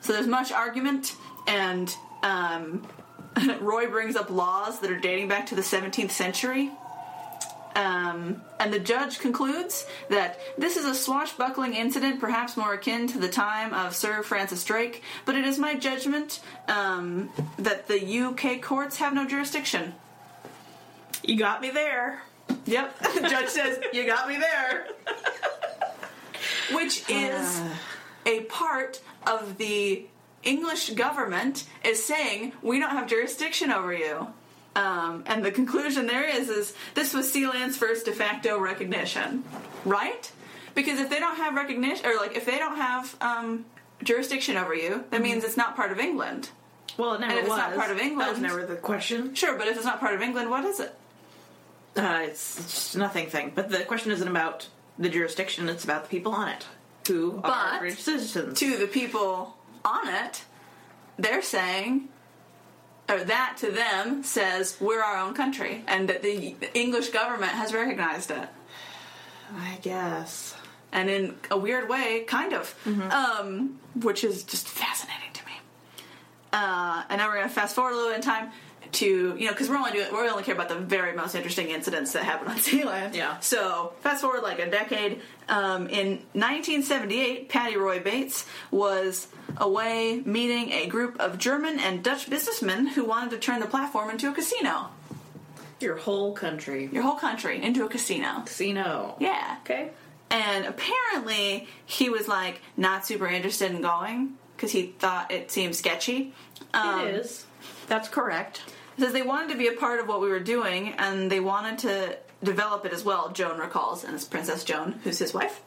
[SPEAKER 1] so there's much argument, and um, Roy brings up laws that are dating back to the 17th century. Um, and the judge concludes that this is a swashbuckling incident, perhaps more akin to the time of Sir Francis Drake, but it is my judgment um, that the UK courts have no jurisdiction.
[SPEAKER 2] You got me there.
[SPEAKER 1] Yep, the judge says, You got me there. Which is a part of the English government is saying, We don't have jurisdiction over you. Um, and the conclusion there is is this was Sealand's first de facto recognition, right? Because if they don't have recognition, or like if they don't have um, jurisdiction over you, that means it's not part of England.
[SPEAKER 2] Well, it never
[SPEAKER 1] And if
[SPEAKER 2] was.
[SPEAKER 1] it's not part of
[SPEAKER 2] That was
[SPEAKER 1] England-
[SPEAKER 2] never the question.
[SPEAKER 1] Sure, but if it's not part of England, what is it?
[SPEAKER 2] Uh, it's just nothing thing. But the question isn't about the jurisdiction. It's about the people on it who
[SPEAKER 1] But-
[SPEAKER 2] are British citizens.
[SPEAKER 1] to the people on it, they're saying, or that to them says, we're our own country, and that the English government has recognized it.
[SPEAKER 2] I guess.
[SPEAKER 1] And in a weird way, kind of. Um, which is just fascinating to me. Uh, and now we're going to fast forward a little bit in time to, you know, because we're only doing, we only care about the very most interesting incidents that happened on Sealand.
[SPEAKER 2] Yeah.
[SPEAKER 1] So fast forward like a decade. Um, in 1978, Patty Roy Bates was away meeting a group of German and Dutch businessmen who wanted to turn the platform into a casino.
[SPEAKER 2] Your whole country.
[SPEAKER 1] Your whole country into a casino.
[SPEAKER 2] Casino.
[SPEAKER 1] Yeah.
[SPEAKER 2] Okay.
[SPEAKER 1] And apparently, he was like not super interested in going because he thought it seemed sketchy. Um,
[SPEAKER 2] it is. That's correct.
[SPEAKER 1] Says they wanted to be a part of what we were doing and they wanted to develop it as well. Joan recalls, and it's Princess Joan, who's his wife.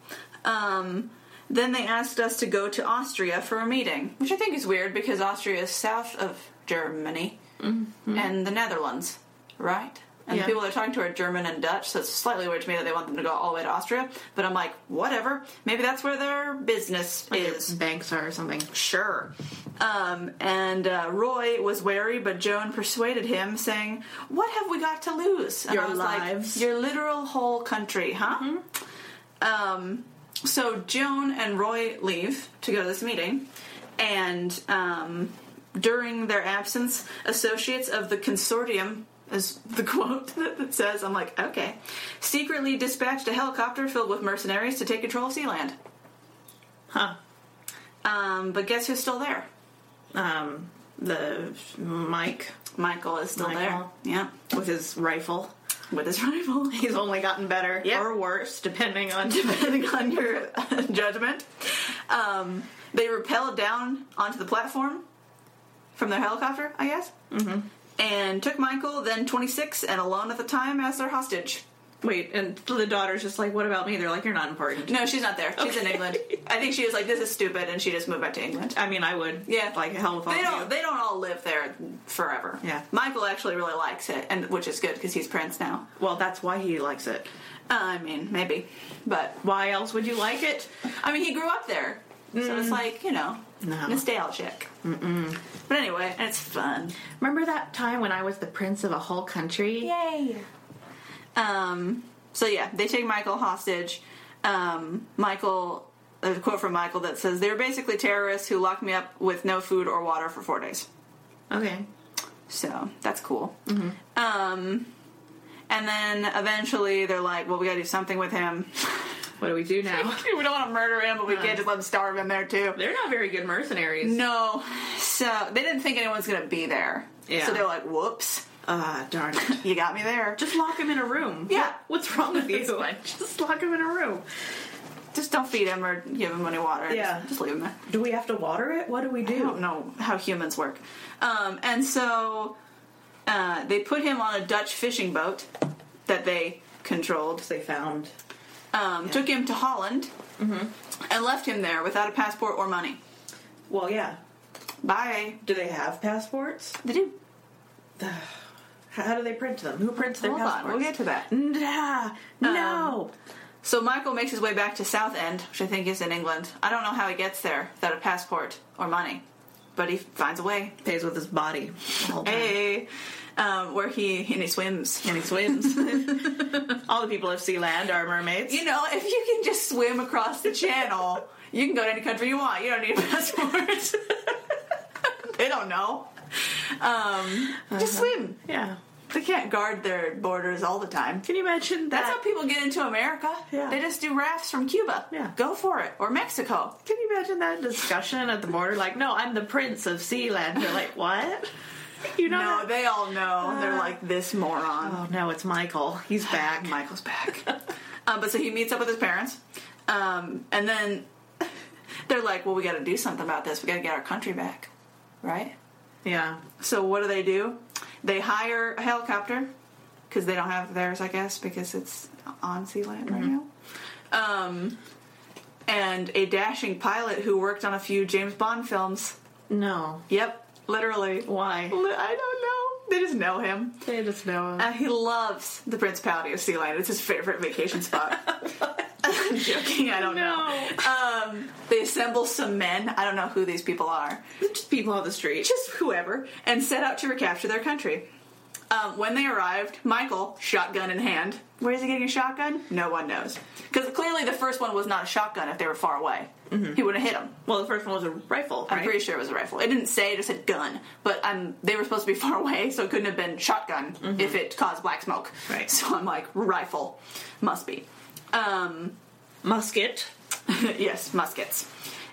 [SPEAKER 1] Um, then they asked us to go to Austria for a meeting, which I think is weird because Austria is south of Germany and the Netherlands, right? And
[SPEAKER 2] Yeah.
[SPEAKER 1] the people they're talking to are German and Dutch, so it's slightly weird to me that they want them to go all the way to Austria. But I'm like, whatever. Maybe that's where their business is.
[SPEAKER 2] Banks are something.
[SPEAKER 1] Sure. Um, and uh, Roy was wary, but Joan persuaded him, saying, "What have we got to lose?" And
[SPEAKER 2] Your
[SPEAKER 1] I was
[SPEAKER 2] lives.
[SPEAKER 1] like, "Your literal whole country, huh?"
[SPEAKER 2] Mm-hmm.
[SPEAKER 1] Um, so Joan and Roy leave to go to this meeting, and um, during their absence, associates of the consortium. Is the quote that says, I'm like, okay. Secretly dispatched a helicopter filled with mercenaries to take control of Sealand.
[SPEAKER 2] Huh.
[SPEAKER 1] Um, but guess who's still there?
[SPEAKER 2] Um, the Mike
[SPEAKER 1] Michael is still
[SPEAKER 2] Michael.
[SPEAKER 1] there. Yeah,
[SPEAKER 2] with his rifle.
[SPEAKER 1] with his rifle.
[SPEAKER 2] He's only gotten better
[SPEAKER 1] Yeah.
[SPEAKER 2] or worse, depending on.
[SPEAKER 1] Depending on your judgment, um, they rappelled down onto the platform from their helicopter, I guess, mm-hmm. and took Michael, then 26 and alone at the time, as their hostage.
[SPEAKER 2] Wait, and the daughter's just like, "What about me?" They're like, "You're not important."
[SPEAKER 1] No, she's not there. She's in
[SPEAKER 2] Okay.
[SPEAKER 1] England. I think she was like, "This is stupid," and she just moved back to England.
[SPEAKER 2] I mean, I would.
[SPEAKER 1] Yeah.
[SPEAKER 2] Like hell with all
[SPEAKER 1] They
[SPEAKER 2] of
[SPEAKER 1] don't.
[SPEAKER 2] you.
[SPEAKER 1] They don't all live there forever.
[SPEAKER 2] Oh, Yeah.
[SPEAKER 1] Michael actually really likes it, and which is good because he's prince now. Uh,
[SPEAKER 2] well, that's why he likes it.
[SPEAKER 1] I mean, maybe, but
[SPEAKER 2] Why else would you like it?
[SPEAKER 1] I mean, he grew up there, so it's like you know,
[SPEAKER 2] No.
[SPEAKER 1] nostalgic. Mm-mm. But anyway, it's fun.
[SPEAKER 2] Remember that time when I was the prince of a whole country?
[SPEAKER 1] Yay! Um. So yeah, they take Michael hostage. Um. Michael. There's a quote from Michael that says, "They were basically terrorists who locked me up with no food or water for four days."
[SPEAKER 2] Okay.
[SPEAKER 1] So that's cool. Um. And then eventually they're like, "Well, we got to do something with him.
[SPEAKER 2] What do we do now?
[SPEAKER 1] we don't want to murder him, but we can't just let him starve in there too."
[SPEAKER 2] They're not very good mercenaries.
[SPEAKER 1] No. So they didn't think anyone's gonna be there.
[SPEAKER 2] Yeah.
[SPEAKER 1] So they're like, whoops,
[SPEAKER 2] Ah, darn it.
[SPEAKER 1] you got me there. Just
[SPEAKER 2] Just lock him in a room.
[SPEAKER 1] Yeah.
[SPEAKER 2] What's wrong with you? Just lock him in a room.
[SPEAKER 1] just don't feed him or give him any water. Just-
[SPEAKER 2] Yeah.
[SPEAKER 1] Just, leave him there.
[SPEAKER 2] Do we have to water it? What do we
[SPEAKER 1] I don't know how humans work. Um, and so uh, they put him on a Dutch fishing boat that they controlled,
[SPEAKER 2] They found.
[SPEAKER 1] um, took him to Holland,
[SPEAKER 2] Mm-hmm.
[SPEAKER 1] and left him there without a passport or money.
[SPEAKER 2] Well, yeah.
[SPEAKER 1] Bye.
[SPEAKER 2] Do they have passports?
[SPEAKER 1] They do.
[SPEAKER 2] How do they print them? Who prints their
[SPEAKER 1] Hold on,
[SPEAKER 2] passports?
[SPEAKER 1] we'll get Um, to that.
[SPEAKER 2] Nah, no.
[SPEAKER 1] So Michael makes his way back to Southend, which I think is in England. I don't know how he gets there without a passport or money. but he finds a way.
[SPEAKER 2] Stays with his body. the whole time.
[SPEAKER 1] Hey, um, where he and he swims.
[SPEAKER 2] And he swims. All the people of Sealand are mermaids.
[SPEAKER 1] You know, if you can just swim across the channel, you can go to any country you want. You don't need a passport. they don't know. Um, Just
[SPEAKER 2] Uh-huh.
[SPEAKER 1] swim.
[SPEAKER 2] yeah.
[SPEAKER 1] They can't guard their borders all the time.
[SPEAKER 2] Can you imagine that?
[SPEAKER 1] That's how people get into America.
[SPEAKER 2] Yeah.
[SPEAKER 1] They just do rafts from Cuba.
[SPEAKER 2] Yeah.
[SPEAKER 1] Go for it. Or Mexico.
[SPEAKER 2] Can you imagine that discussion at the border? Like, no, I'm the prince of Sealand. They're like, what? You know?
[SPEAKER 1] No,
[SPEAKER 2] that-
[SPEAKER 1] they all know. They're like, this moron.
[SPEAKER 2] oh no, it's Michael. He's back.
[SPEAKER 1] Michael's back. um, but so he meets up with his parents, um, and then they're like, "Well, we got to do something about this. We got to get our country back, right?"
[SPEAKER 2] yeah.
[SPEAKER 1] So what do they do? They hire a helicopter because they don't have theirs, I guess, because it's on sea land right now. Um, and a dashing pilot who worked on a few James Bond films.
[SPEAKER 2] No.
[SPEAKER 1] Yep, literally.
[SPEAKER 2] Why?
[SPEAKER 1] Li- I don't know. They just know him.
[SPEAKER 2] They just know. him.
[SPEAKER 1] Uh, he loves the principality of Sea Lion. It's his favorite vacation spot. I'm joking. I don't
[SPEAKER 2] No.
[SPEAKER 1] know. Um, they assemble some men. I don't know who these people are.
[SPEAKER 2] just people on the street.
[SPEAKER 1] Just whoever, and set out to recapture their country. Um, when they arrived, Michael, shotgun in hand. Where is he getting a shotgun? No one knows. Because clearly the first one was not a shotgun if they were far away. He would have hit him.
[SPEAKER 2] Well, the first one was a rifle,
[SPEAKER 1] I'm
[SPEAKER 2] right?
[SPEAKER 1] pretty sure it was a rifle. It didn't say, it just said gun. But um, they were supposed to be far away, so it couldn't have been shotgun if it caused black smoke.
[SPEAKER 2] Mm-hmm. Right.
[SPEAKER 1] So I'm like, rifle. Must be. Um,
[SPEAKER 2] Musket.
[SPEAKER 1] yes, muskets.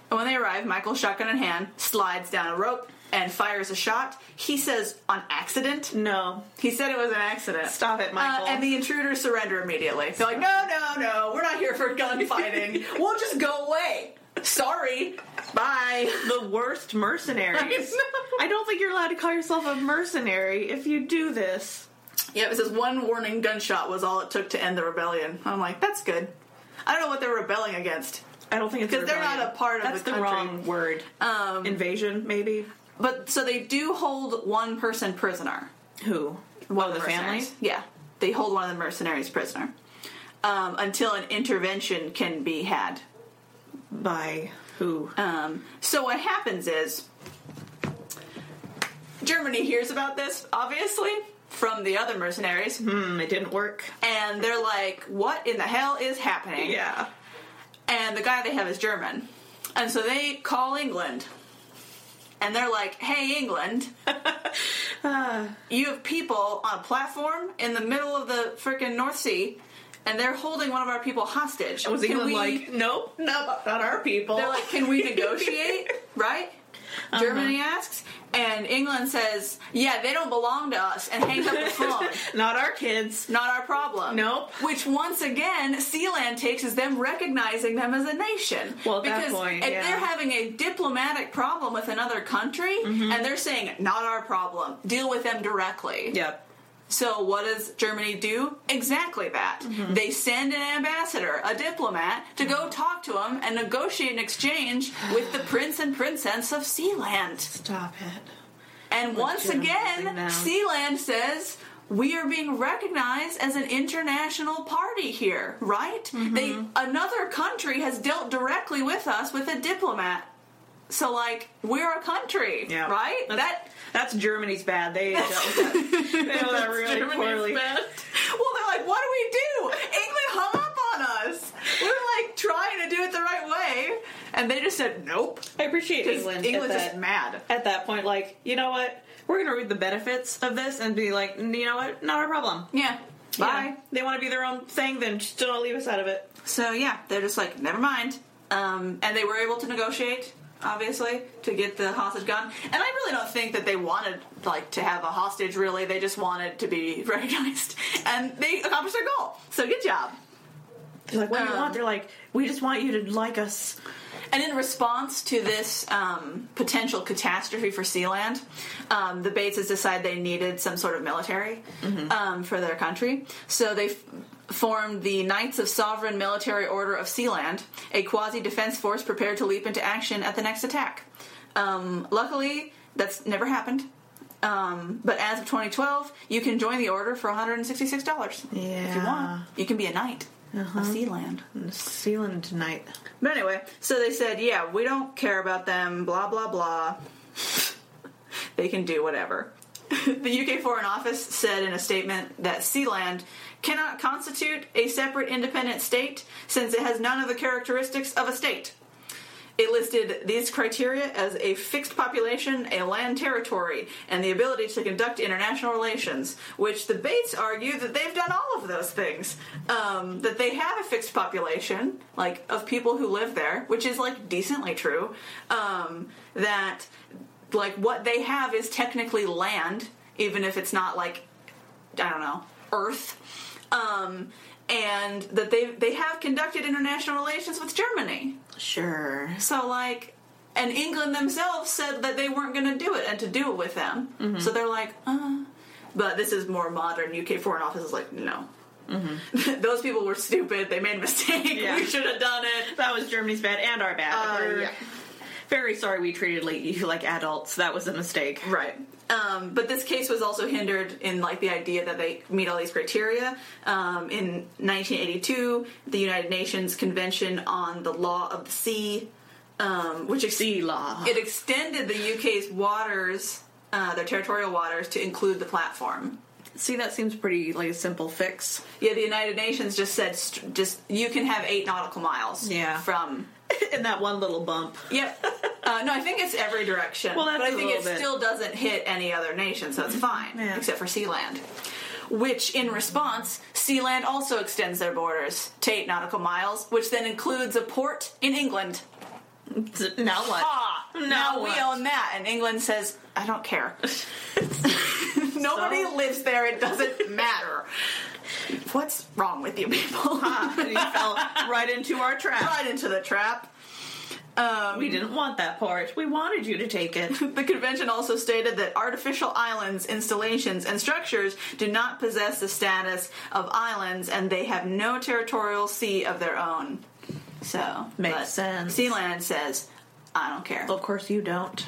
[SPEAKER 1] And when they arrive, Michael, shotgun in hand, slides down a rope and fires a shot. He says, on accident.
[SPEAKER 2] No.
[SPEAKER 1] He said it was an accident.
[SPEAKER 2] Stop it, Michael.
[SPEAKER 1] Uh, and the intruders surrender immediately. They're like, no, no, no, we're not here for gunfighting. we'll just go away. Sorry. Bye.
[SPEAKER 2] the worst mercenaries.
[SPEAKER 1] I know.
[SPEAKER 2] I don't think you're allowed to call yourself a mercenary if you do this.
[SPEAKER 1] Yeah, it says one warning gunshot was all it took to end the rebellion. I'm like, that's good. I don't know what they're rebelling against.
[SPEAKER 2] I don't think it's
[SPEAKER 1] Because they're not
[SPEAKER 2] rebellion.
[SPEAKER 1] a part of
[SPEAKER 2] That's
[SPEAKER 1] the
[SPEAKER 2] the
[SPEAKER 1] country.
[SPEAKER 2] wrong word. Um, Invasion, maybe.
[SPEAKER 1] But so they do hold one person prisoner.
[SPEAKER 2] Who?
[SPEAKER 1] One
[SPEAKER 2] Well,
[SPEAKER 1] of
[SPEAKER 2] the family.
[SPEAKER 1] mercenaries. Yeah, they hold one of the mercenaries prisoner um, until an intervention can be had.
[SPEAKER 2] By who?
[SPEAKER 1] Um, so what happens is Germany hears about this, obviously, from the other mercenaries,
[SPEAKER 2] Hmm, it didn't work.
[SPEAKER 1] and they're like, "What in the hell is happening?"
[SPEAKER 2] Yeah.
[SPEAKER 1] and the guy they have is German. And so they call England. And they're like, hey, England, you have people on a platform in the middle of the freaking North Sea, and they're holding one of our people hostage.
[SPEAKER 2] Was
[SPEAKER 1] Can
[SPEAKER 2] England
[SPEAKER 1] we-"
[SPEAKER 2] like, nope, nope, not our people?
[SPEAKER 1] They're like, can we negotiate? right?
[SPEAKER 2] Uh-huh.
[SPEAKER 1] Germany asks. And England says, yeah, they don't belong to us, and hangs up the phone.
[SPEAKER 2] not our kids.
[SPEAKER 1] Not our problem.
[SPEAKER 2] Nope.
[SPEAKER 1] Which once again, Sealand takes is them recognizing them as a nation.
[SPEAKER 2] Well, at that
[SPEAKER 1] because
[SPEAKER 2] point,
[SPEAKER 1] if
[SPEAKER 2] yeah.
[SPEAKER 1] they're having a diplomatic problem with another country,
[SPEAKER 2] Mm-hmm.
[SPEAKER 1] and they're saying not our problem, deal with them directly.
[SPEAKER 2] Yep.
[SPEAKER 1] So what does Germany do? Exactly that.
[SPEAKER 2] Mm-hmm.
[SPEAKER 1] They send an ambassador, a diplomat, to go talk to them and negotiate an exchange with the prince and princess of Sealand.
[SPEAKER 2] Stop it.
[SPEAKER 1] And once
[SPEAKER 2] Legitimately
[SPEAKER 1] again,
[SPEAKER 2] now.
[SPEAKER 1] Sealand says we are being recognized as an international party here, right?
[SPEAKER 2] Mm-hmm.
[SPEAKER 1] They another country has dealt directly with us with a diplomat. So like we're a country,
[SPEAKER 2] Yeah.
[SPEAKER 1] right?
[SPEAKER 2] That's,
[SPEAKER 1] that
[SPEAKER 2] that's Germany's bad. They dealt with that. They dealt with that really poorly.
[SPEAKER 1] Well, they're like, what do we do? England hung up on us. We were like trying to do it the right way, and they just said nope.
[SPEAKER 2] I appreciate
[SPEAKER 1] 'Cause
[SPEAKER 2] England. at
[SPEAKER 1] England's
[SPEAKER 2] that.
[SPEAKER 1] just mad.
[SPEAKER 2] at that point, like, you know what? We're gonna read the benefits of this and be like, you know what? Not our problem.
[SPEAKER 1] Yeah.
[SPEAKER 2] You know,
[SPEAKER 1] Bye.
[SPEAKER 2] they want to be their own thing, then just don't leave us out of it.
[SPEAKER 1] So yeah, they're just like, never mind. Um, and they were able to negotiate, obviously, to get the hostage gone. And I really don't think that they wanted like to have a hostage. Really, they just wanted to be recognized, and they accomplished their goal. So good job.
[SPEAKER 2] They're like, what do you
[SPEAKER 1] Um,
[SPEAKER 2] want? They're like, we just want you to like us.
[SPEAKER 1] And in response to this um, potential catastrophe for Sealand, um, the Bateses decide they needed some sort of military um, for their country. So they f- formed the Knights of Sovereign Military Order of Sealand, a quasi defense force prepared to leap into action at the next attack. Um, luckily, that's never happened. Um, but as of 2012, you can join the order for $166 if you
[SPEAKER 2] Yeah.
[SPEAKER 1] want. You can be a knight of Sealand.
[SPEAKER 2] Sealand tonight.
[SPEAKER 1] But anyway, so they said, yeah, we don't care about them, blah, blah, blah. they can do whatever. the UK Foreign Office said in a statement that Sealand cannot constitute a separate independent state since it has none of the characteristics of a state. It listed these criteria as a fixed population, a land territory, and the ability to conduct international relations, which the Bates argue that they've done all of those things. Um, that they have a fixed population, like, of people who live there, which is, like, decently true. Um, that, like, what they have is technically land, even if it's not, like, I don't know, Earth. Um, and that they they have conducted international relations with Germany.
[SPEAKER 2] Sure.
[SPEAKER 1] So like, and England themselves said that they weren't going to do it and to do it with them. So they're like, uh. But this is more modern. UK Foreign Office is like, no. Those people were stupid. They made a mistake.
[SPEAKER 2] Yeah.
[SPEAKER 1] We should have done it.
[SPEAKER 2] That was Germany's bad and our bad.
[SPEAKER 1] Uh,
[SPEAKER 2] We're
[SPEAKER 1] yeah.
[SPEAKER 2] Very sorry we treated like- you like adults. That was a mistake.
[SPEAKER 1] Right. Um, but this case was also hindered in like the idea that they meet all these criteria. Um, in 1982, the United Nations Convention on the Law of the Sea, um, which exceeds
[SPEAKER 2] Sea law.
[SPEAKER 1] it extended the UK's waters, uh, their territorial waters, to include the platform.
[SPEAKER 2] See, that seems pretty like a simple fix.
[SPEAKER 1] Yeah, the United Nations just said, st- just you can have eight nautical miles.
[SPEAKER 2] Yeah.
[SPEAKER 1] From.
[SPEAKER 2] In that one little bump.
[SPEAKER 1] Yep. uh, no, I think it's every direction.
[SPEAKER 2] Well, that's
[SPEAKER 1] but I
[SPEAKER 2] a
[SPEAKER 1] think it
[SPEAKER 2] little bit. Mm-hmm.
[SPEAKER 1] still doesn't hit any other nation, so it's fine,
[SPEAKER 2] Yeah.
[SPEAKER 1] except for Sealand. Which, in response, Sealand also extends their borders to eight nautical miles, which then includes a port in England.
[SPEAKER 2] Now what?
[SPEAKER 1] Ah, now we
[SPEAKER 2] what?
[SPEAKER 1] own that. And England says, I don't care. Nobody
[SPEAKER 2] So?
[SPEAKER 1] lives there. It doesn't matter. What's wrong with you people?
[SPEAKER 2] And he fell right into our trap.
[SPEAKER 1] right into the trap. Um,
[SPEAKER 2] We didn't want that part. We wanted you to take it.
[SPEAKER 1] the convention also stated that artificial islands, installations, and structures do not possess the status of islands and they have no territorial sea of their own. So,
[SPEAKER 2] Makes
[SPEAKER 1] but
[SPEAKER 2] sense.
[SPEAKER 1] Sealand says, I don't care.
[SPEAKER 2] Of course, you don't.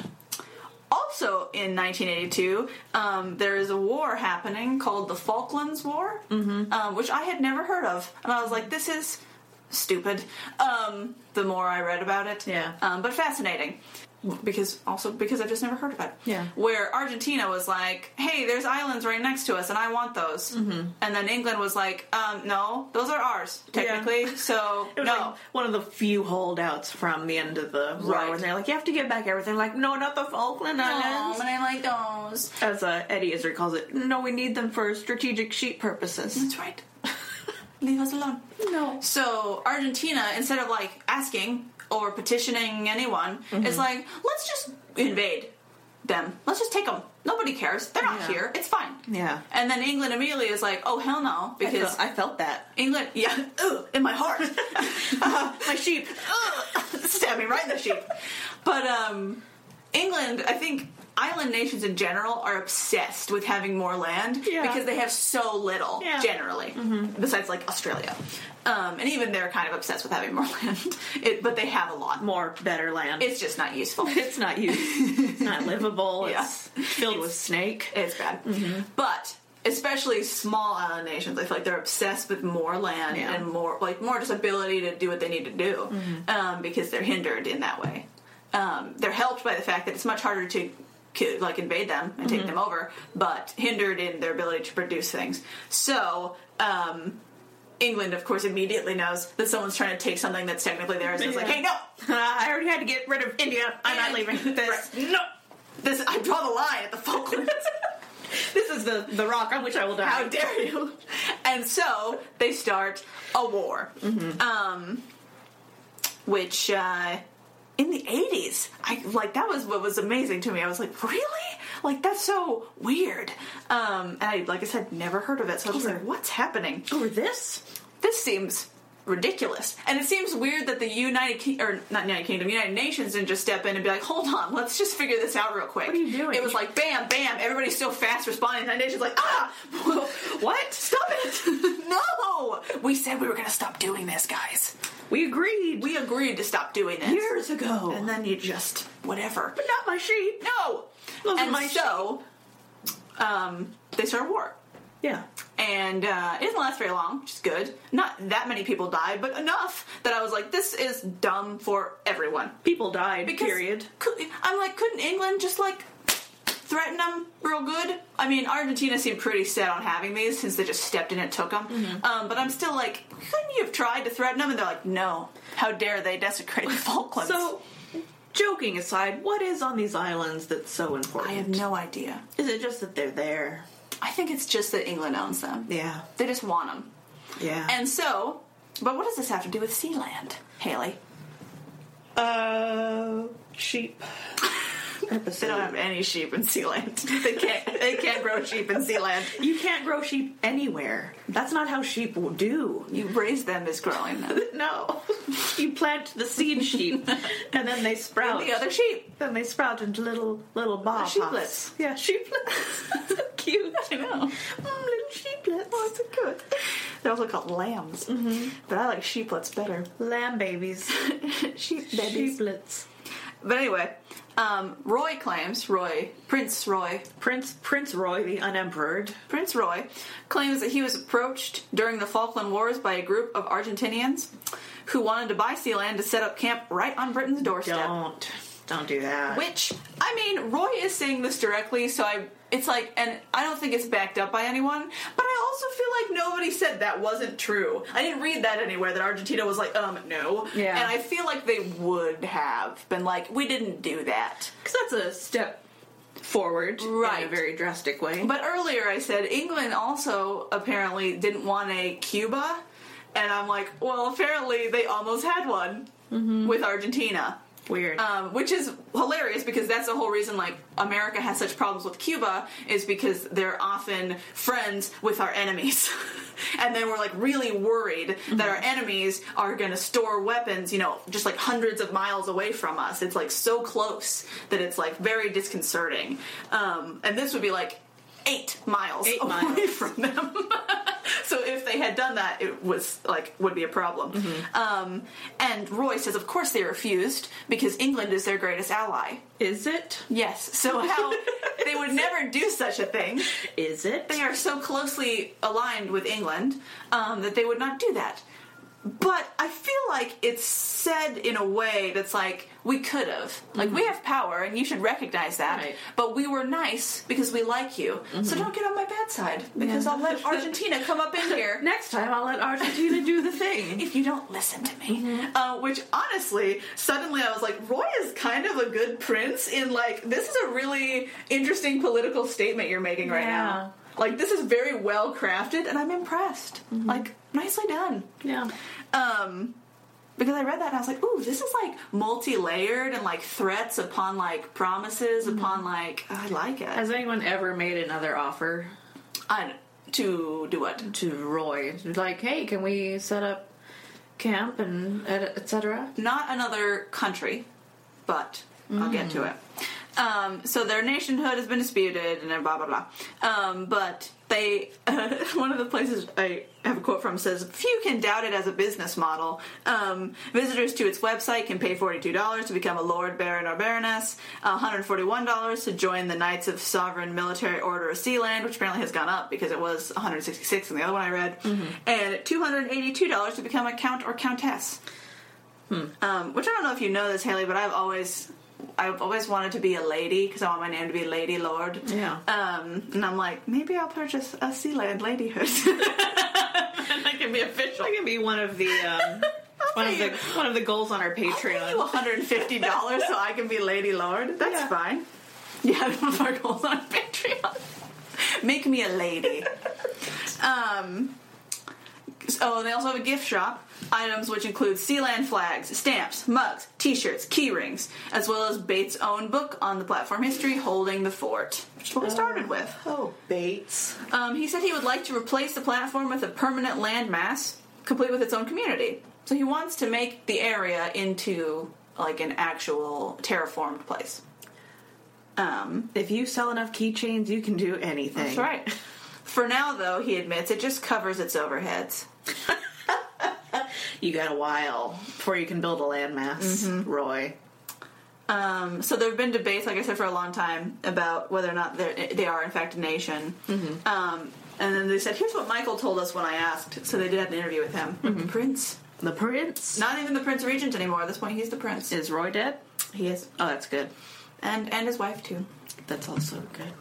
[SPEAKER 1] also in 1982, um, there is a war happening called the Falklands War,
[SPEAKER 2] Mm-hmm.
[SPEAKER 1] um, which I had never heard of, and I was like, "This is stupid." Um, the more I read about it,
[SPEAKER 2] Yeah.
[SPEAKER 1] um, but fascinating because also because I've just never heard about it.
[SPEAKER 2] Yeah.
[SPEAKER 1] where Argentina was like, "Hey, there's islands right next to us, and I want those,"
[SPEAKER 2] Mm-hmm.
[SPEAKER 1] and then England was like, um, "No, those are ours technically, so
[SPEAKER 2] It was
[SPEAKER 1] no."
[SPEAKER 2] like one of the few holdouts from the end of the war,
[SPEAKER 1] Right.
[SPEAKER 2] and they're like, "You have to give back everything." Like, no, not the Falkland Islands.
[SPEAKER 1] I like those.
[SPEAKER 2] As uh, Eddie Izzard calls it, no, we need them for strategic sheep purposes.
[SPEAKER 1] That's right. Leave us alone.
[SPEAKER 2] No.
[SPEAKER 1] So Argentina, instead of like asking or petitioning anyone,
[SPEAKER 2] Mm-hmm.
[SPEAKER 1] is like, let's just invade them. Let's just take them. Nobody cares. They're not
[SPEAKER 2] Yeah.
[SPEAKER 1] here. It's fine.
[SPEAKER 2] Yeah.
[SPEAKER 1] And then England immediately is like, oh hell no,
[SPEAKER 2] Because
[SPEAKER 1] because
[SPEAKER 2] I felt that.
[SPEAKER 1] England, yeah, ugh, in my heart,
[SPEAKER 2] My sheep.
[SPEAKER 1] stab me right in the sheep. But um, England, I think. Island nations in general are obsessed with having more land
[SPEAKER 2] Yeah.
[SPEAKER 1] because they have so little
[SPEAKER 2] Yeah. Mm-hmm.
[SPEAKER 1] generally, besides like Australia. Um, and even they're kind of obsessed with having more land, it, but they have a lot.
[SPEAKER 2] More better land.
[SPEAKER 1] It's just not useful.
[SPEAKER 2] It's not used. it's not livable.
[SPEAKER 1] Yeah.
[SPEAKER 2] It's filled with snake.
[SPEAKER 1] It's bad. But especially small island nations, I feel like they're obsessed with more land
[SPEAKER 2] Yeah.
[SPEAKER 1] and more like more just ability to do what they need to do um, because they're hindered in that way. Um, they're helped by the fact that it's much harder to ki- like invade them and take them over, but hindered in their ability to produce things. So. Um, England, of course, immediately knows that someone's trying to take something that's technically theirs and is like,
[SPEAKER 2] Yeah.
[SPEAKER 1] hey, no,
[SPEAKER 2] I already had to get rid of India. I'm not leaving this.
[SPEAKER 1] Right. No! This, I draw the line at the Falklands.
[SPEAKER 2] This is the the rock on which I will die.
[SPEAKER 1] How dare you? And so they start a war.
[SPEAKER 2] Mm-hmm.
[SPEAKER 1] Um, which, uh, in the 80s, I like that was what was amazing to me. I was like, really? Like, that's so weird. Um, and I, like I said, never heard of it. So I was
[SPEAKER 2] Yeah.
[SPEAKER 1] like, what's happening?
[SPEAKER 2] Over this?
[SPEAKER 1] this seems ridiculous and it seems weird that the united Ki- or not united kingdom united nations didn't just step in and be like hold on let's just figure this out real quick
[SPEAKER 2] What are you doing?
[SPEAKER 1] it was like bam bam everybody's so fast responding united nations like ah what stop it no we said we were gonna stop doing this guys
[SPEAKER 2] We agreed
[SPEAKER 1] we agreed to stop doing this
[SPEAKER 2] years ago.
[SPEAKER 1] and then you just whatever
[SPEAKER 2] but not my sheep.
[SPEAKER 1] no
[SPEAKER 2] Those are
[SPEAKER 1] and
[SPEAKER 2] my
[SPEAKER 1] so um they start a war
[SPEAKER 2] Yeah.
[SPEAKER 1] and uh, it didn't last very long, which is good. Not that many people died, but enough that I was like, this is dumb for everyone.
[SPEAKER 2] People died.
[SPEAKER 1] Because
[SPEAKER 2] period.
[SPEAKER 1] cou- I'm like, couldn't England just like threaten them real good? I mean, Argentina seemed pretty set on having these since they just stepped in and took them. Um, but I'm still like, couldn't you have tried to threaten them? And they're like, no. How dare they desecrate the Falklands?
[SPEAKER 2] So, joking aside, what is on these islands that's so important?
[SPEAKER 1] I have no idea.
[SPEAKER 2] Is it just that they're there?
[SPEAKER 1] I think it's just that England owns them.
[SPEAKER 2] Yeah.
[SPEAKER 1] They just want them.
[SPEAKER 2] Yeah.
[SPEAKER 1] And so, but what does this have to do with Sealand, Haley?
[SPEAKER 2] uh, sheep.
[SPEAKER 1] They don't have Um, any sheep in Sealand. They can't. they can't grow sheep in Sealand.
[SPEAKER 2] You can't grow sheep anywhere. That's not how sheep will do.
[SPEAKER 1] You raise them as growing them.
[SPEAKER 2] No. you plant the seed sheep, and then they sprout.
[SPEAKER 1] the other sheep.
[SPEAKER 2] Then they sprout into little little ball
[SPEAKER 1] sheeplets.
[SPEAKER 2] pops. Yeah, sheeplets. so cute.
[SPEAKER 1] I know.
[SPEAKER 2] Mm, little sheeplets.
[SPEAKER 1] Oh, it's good. They're also called lambs, but I like sheeplets better.
[SPEAKER 2] Lamb babies.
[SPEAKER 1] Sheep
[SPEAKER 2] Sheeplets.
[SPEAKER 1] But anyway, um, Roy claims Roy Prince Roy
[SPEAKER 2] Prince Prince Roy the Unemperored.
[SPEAKER 1] Prince Roy claims that he was approached during the Falkland Wars by a group of Argentinians who wanted to buy Sealand to set up camp right on Britain's doorstep.
[SPEAKER 2] Don't don't do that.
[SPEAKER 1] Which I mean, Roy is saying this directly, so I it's like, and I don't think it's backed up by anyone. But I also feel like nobody said that wasn't true. I didn't read that anywhere that Argentina was like, um, no.
[SPEAKER 2] Yeah.
[SPEAKER 1] And I feel like they would have been like, we didn't do that.
[SPEAKER 2] Because that's a step forward, In
[SPEAKER 1] Right.
[SPEAKER 2] a very drastic way.
[SPEAKER 1] But earlier I said England also apparently didn't want a Cuba, and I'm like, well, apparently they almost had one with Argentina.
[SPEAKER 2] Weird.
[SPEAKER 1] um, which is hilarious because that's the whole reason like America has such problems with Cuba is because they're often friends with our enemies, and then we're like really worried that our enemies are going to store weapons, you know, just like hundreds of miles away from us. It's like so close that it's like very disconcerting, um, and this would be like eight miles
[SPEAKER 2] Eight
[SPEAKER 1] away
[SPEAKER 2] miles.
[SPEAKER 1] from them. so if they had done that, it was like would be a problem.
[SPEAKER 2] Mm-hmm.
[SPEAKER 1] Um, and Roy says, of course they refused because England is their greatest ally.
[SPEAKER 2] is it?
[SPEAKER 1] Yes, so how they would never do such a thing.
[SPEAKER 2] Is it?
[SPEAKER 1] They are so closely aligned with England um, that they would not do that. But I feel like it's said in a way that's like we could have, like we have power, and you should recognize that.
[SPEAKER 2] Right.
[SPEAKER 1] But we were nice because we like you, so don't get on my bad side because I'll let Argentina come up in here
[SPEAKER 2] Next time I'll let Argentina do the thing.
[SPEAKER 1] if you don't listen to me. Uh, which honestly, suddenly I was like, Roy is kind of a good prince in like, this is a really interesting political statement you're making right
[SPEAKER 2] Yeah.
[SPEAKER 1] now. Like, this is very well crafted and I'm impressed. Like, nicely done.
[SPEAKER 2] Yeah.
[SPEAKER 1] Um, because I read that and I was like, ooh, this is like multi layered and like threats upon like promises upon like, I like it.
[SPEAKER 2] Has anyone ever made another offer
[SPEAKER 1] I, to do what?
[SPEAKER 2] to Roy? Like, hey, can we set up camp and etc.?
[SPEAKER 1] not another country, but I'll get to it. Um, so their nationhood has been disputed and then blah blah blah. Um, but they, one of the places I have a quote from says, "Few can doubt it as a business model. Um, visitors to its website can pay forty-two dollars to become a lord, baron, or baroness. One hundred forty-one dollars to join the Knights of Sovereign Military Order of Sealand, which apparently has gone up because it was one hundred sixty-six in the other one I read, and two hundred eighty-two dollars to become a count or countess." Um, which I don't know if you know this, Haley, but I've always, I've always wanted to be a lady because I want my name to be Lady Lord.
[SPEAKER 2] Yeah.
[SPEAKER 1] Um, and I'm like, maybe I'll purchase a Sealand ladyhood. and I can be official.
[SPEAKER 2] That can be one of the um, one of the one of the goals on our
[SPEAKER 1] Pay you
[SPEAKER 2] Patreon.
[SPEAKER 1] $150 so I can be Lady Lord. That's
[SPEAKER 2] Yeah.
[SPEAKER 1] fine. Yeah, one of our goals on Patreon. Make me a lady. um, oh, and they also have a gift shop. Items which include Sealand flags, stamps, mugs, T-shirts, key rings, as well as Bates' own book on the platform history, "Holding the Fort," which is what we started with.
[SPEAKER 2] Oh, Bates.
[SPEAKER 1] Um, he said he would like to replace the platform with a permanent landmass, complete with its own community. So he wants to make the area into like an actual terraformed place. Um,
[SPEAKER 2] If you sell enough keychains, you can do anything.
[SPEAKER 1] that's right. For now, though, he admits it just covers its overheads.
[SPEAKER 2] You got a while before you can build a landmass, Roy.
[SPEAKER 1] Um, so there have been debates, like I said, for a long time about whether or not they're- they are in fact a nation. Um, And then they said, "Here's what Michael told us when I asked." So they did have an interview with him, with the prince.
[SPEAKER 2] The prince
[SPEAKER 1] Not even the prince regent anymore. At this point, he's the prince.
[SPEAKER 2] is Roy dead?
[SPEAKER 1] He is,
[SPEAKER 2] Oh, that's good.
[SPEAKER 1] and and his wife too.
[SPEAKER 2] That's also good.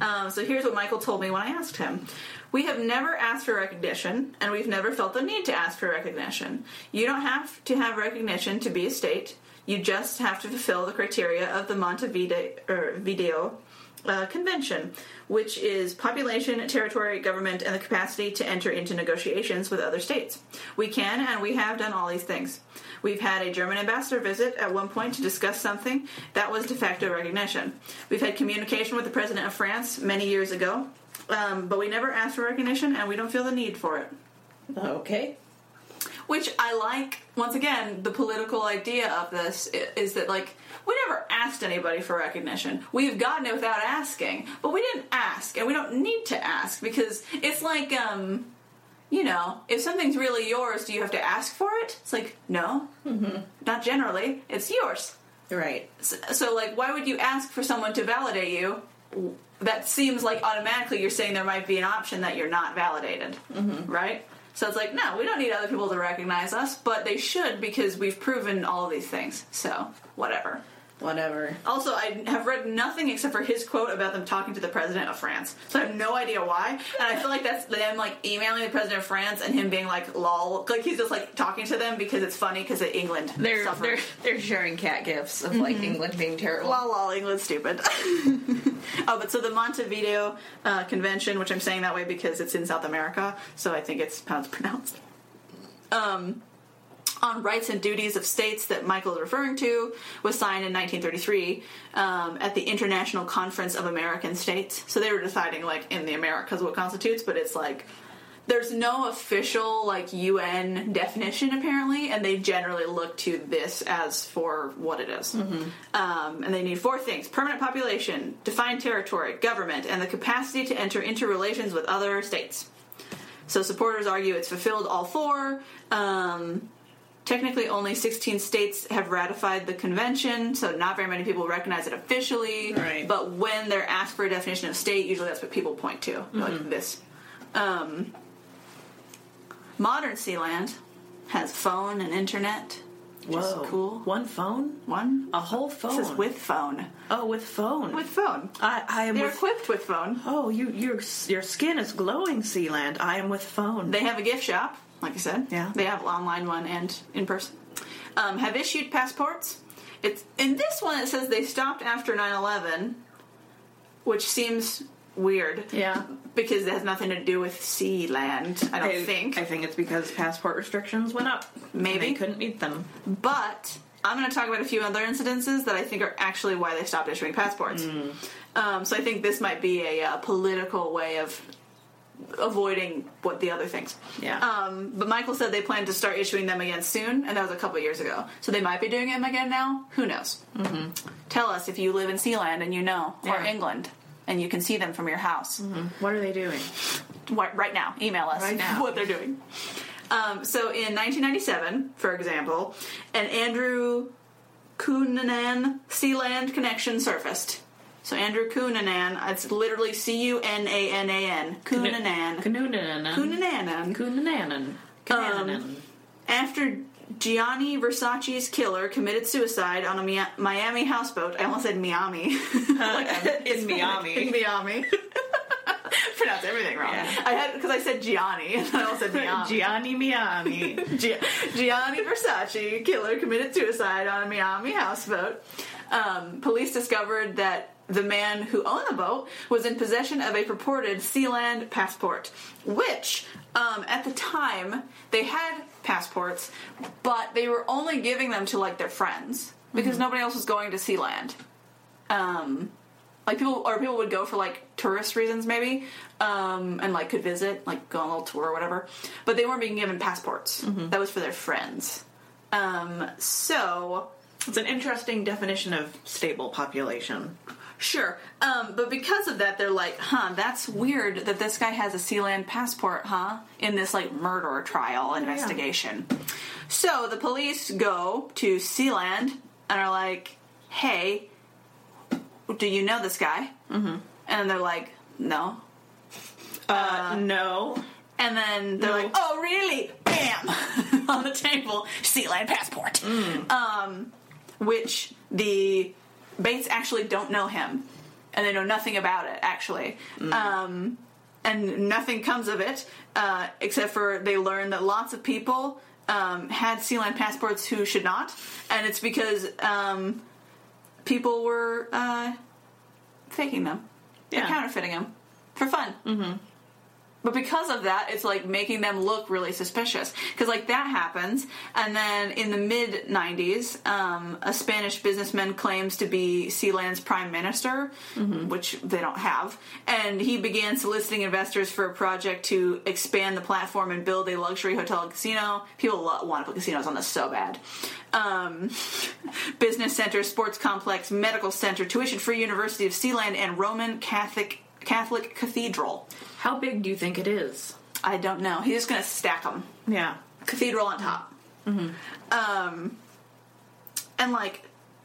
[SPEAKER 1] Um, so here's what Michael told me when I asked him. We have never asked for recognition, and we've never felt the need to ask for recognition. You don't have to have recognition to be a state. You just have to fulfill the criteria of the Montevideo er, Video, uh, Convention, which is population, territory, government, and the capacity to enter into negotiations with other states. We can and we have done all these things. We've had a German ambassador visit at one point to discuss something that was de facto recognition. We've had communication with the president of France many years ago, um, but we never asked for recognition and we don't feel the need for it.
[SPEAKER 2] Okay.
[SPEAKER 1] Which I like, once again, the political idea of this i- is that, like, we never asked anybody for recognition. We've gotten it without asking, but we didn't ask, and we don't need to ask because it's like, um, you know, if something's really yours, do you have to ask for it? It's like, no, not generally. It's yours.
[SPEAKER 2] Right.
[SPEAKER 1] So, so, like, why would you ask for someone to validate you? That seems like automatically you're saying there might be an option that you're not validated,
[SPEAKER 2] Mm-hmm.
[SPEAKER 1] right? So it's like, no, we don't need other people to recognize us, but they should because we've proven all these things. So, whatever.
[SPEAKER 2] Whatever.
[SPEAKER 1] Also, I have read nothing except for his quote about them talking to the president of France. So I have no idea why. And I feel like that's them like emailing the president of France and him being like, "lol," like he's just like talking to them because it's funny because England
[SPEAKER 2] They're
[SPEAKER 1] suffered.
[SPEAKER 2] they're they're sharing cat gifts of
[SPEAKER 1] Mm-hmm.
[SPEAKER 2] like England being terrible.
[SPEAKER 1] La la, England's stupid. oh, but so the Montevideo uh, Convention, which I'm saying that way because it's in South America, so I think it's how it's pronounced. Um, on rights and duties of states that Michael is referring to was signed in 1933 um, at the International Conference of American States. So they were deciding, like, in the Americas what constitutes, but it's like there's no official like UN definition apparently, and they generally look to this as for what it is. Um, and they need four things: permanent population, defined territory, government, and the capacity to enter into relations with other states. So supporters argue it's fulfilled all four. Um, technically, only 16 states have ratified the convention, so not very many people recognize it officially.
[SPEAKER 2] Right.
[SPEAKER 1] But when they're asked for a definition of state, usually that's what people point to, like this. Um, modern Sealand has phone and internet. Which is cool.
[SPEAKER 2] One phone?
[SPEAKER 1] One.
[SPEAKER 2] A whole phone.
[SPEAKER 1] This is with phone.
[SPEAKER 2] Oh, with phone.
[SPEAKER 1] With phone.
[SPEAKER 2] I I am
[SPEAKER 1] They're
[SPEAKER 2] with
[SPEAKER 1] equipped with phone.
[SPEAKER 2] Oh, you your your skin is glowing, Sealand. I am with phone.
[SPEAKER 1] They have a gift shop, like I said.
[SPEAKER 2] Yeah.
[SPEAKER 1] They have an online one and in person. Um, have issued passports. It's in this one it says they stopped after 9/11, which seems weird.
[SPEAKER 2] Yeah.
[SPEAKER 1] Because it has nothing to do with sea land, I don't think.
[SPEAKER 2] I think it's because passport restrictions went up.
[SPEAKER 1] Maybe.
[SPEAKER 2] they couldn't meet them.
[SPEAKER 1] But I'm going to talk about a few other incidences that I think are actually why they stopped issuing passports.
[SPEAKER 2] Hmm.
[SPEAKER 1] Um, so I think this might be a uh, political way of avoiding what the other things.
[SPEAKER 2] Yeah.
[SPEAKER 1] Um, but Michael said they plan to start issuing them again soon, and that was a couple years ago. So they might be doing them again now. Who knows? Mm-hmm. Tell us if you live in Sealand and you know, or
[SPEAKER 2] Yeah.
[SPEAKER 1] England. And you can see them from your house
[SPEAKER 2] What are they doing?
[SPEAKER 1] Wh- right now. Email us
[SPEAKER 2] Right now.
[SPEAKER 1] what they're doing. Um, so in 1997, for example, an Andrew Cunanan Sealand connection surfaced. So Andrew Cunanan, it's literally C U N A N A N, Cunanan,
[SPEAKER 2] Coonanan.
[SPEAKER 1] Cunanan.
[SPEAKER 2] Coonanan. Coonanan.
[SPEAKER 1] After Gianni Versace's killer committed suicide on a Mi- Miami houseboat, I almost said Miami.
[SPEAKER 2] Um, In
[SPEAKER 1] in
[SPEAKER 2] Miami.
[SPEAKER 1] Miami. Pronounce everything wrong.
[SPEAKER 2] Yeah.
[SPEAKER 1] I had because I said Gianni and I also said Miami.
[SPEAKER 2] Gianni Miami.
[SPEAKER 1] Gi- Gianni Versace killer committed suicide on a Miami houseboat. Um, police discovered that the man who owned the boat was in possession of a purported Sealand passport, which um, at the time they had passports, but they were only giving them to like their friends because nobody else was going to Sealand. Um, like people or people would go for like tourist reasons maybe um, and like could visit like go on a little tour or whatever but they weren't being given passports that was for their friends um, so
[SPEAKER 2] It's an interesting definition of stable population.
[SPEAKER 1] sure um, but because of that they're like huh that's weird that this guy has a sealand passport huh in this like murder trial investigation so the police go to sealand and are like hey do you know this guy mm-hmm. and they're like no
[SPEAKER 2] Uh, no.
[SPEAKER 1] And then they're like, "Oh, really?" Bam on the table, sea lion passport. Um, which the Bates actually don't know him, and they know nothing about it actually. Um, and nothing comes of it uh, except for they learn that lots of people um, had sea lion passports who should not, and it's because um, people were uh, faking them,
[SPEAKER 2] Yeah.
[SPEAKER 1] they're counterfeiting them for fun. But because of that, it's like making them look really suspicious. Because like that happens, and then in the mid '90s, um, a Spanish businessman claims to be Sealand's prime minister, which they don't have, and he began soliciting investors for a project to expand the platform and build a luxury hotel and casino. People lo- want to put casinos on this so bad. Um, business center, sports complex, medical center, tuition-free University of Sealand, and Roman Catholic Catholic Cathedral.
[SPEAKER 2] How big do you think it is?
[SPEAKER 1] I don't know. He's just gonna stack them.
[SPEAKER 2] Yeah.
[SPEAKER 1] Cathedral on top. Um, and like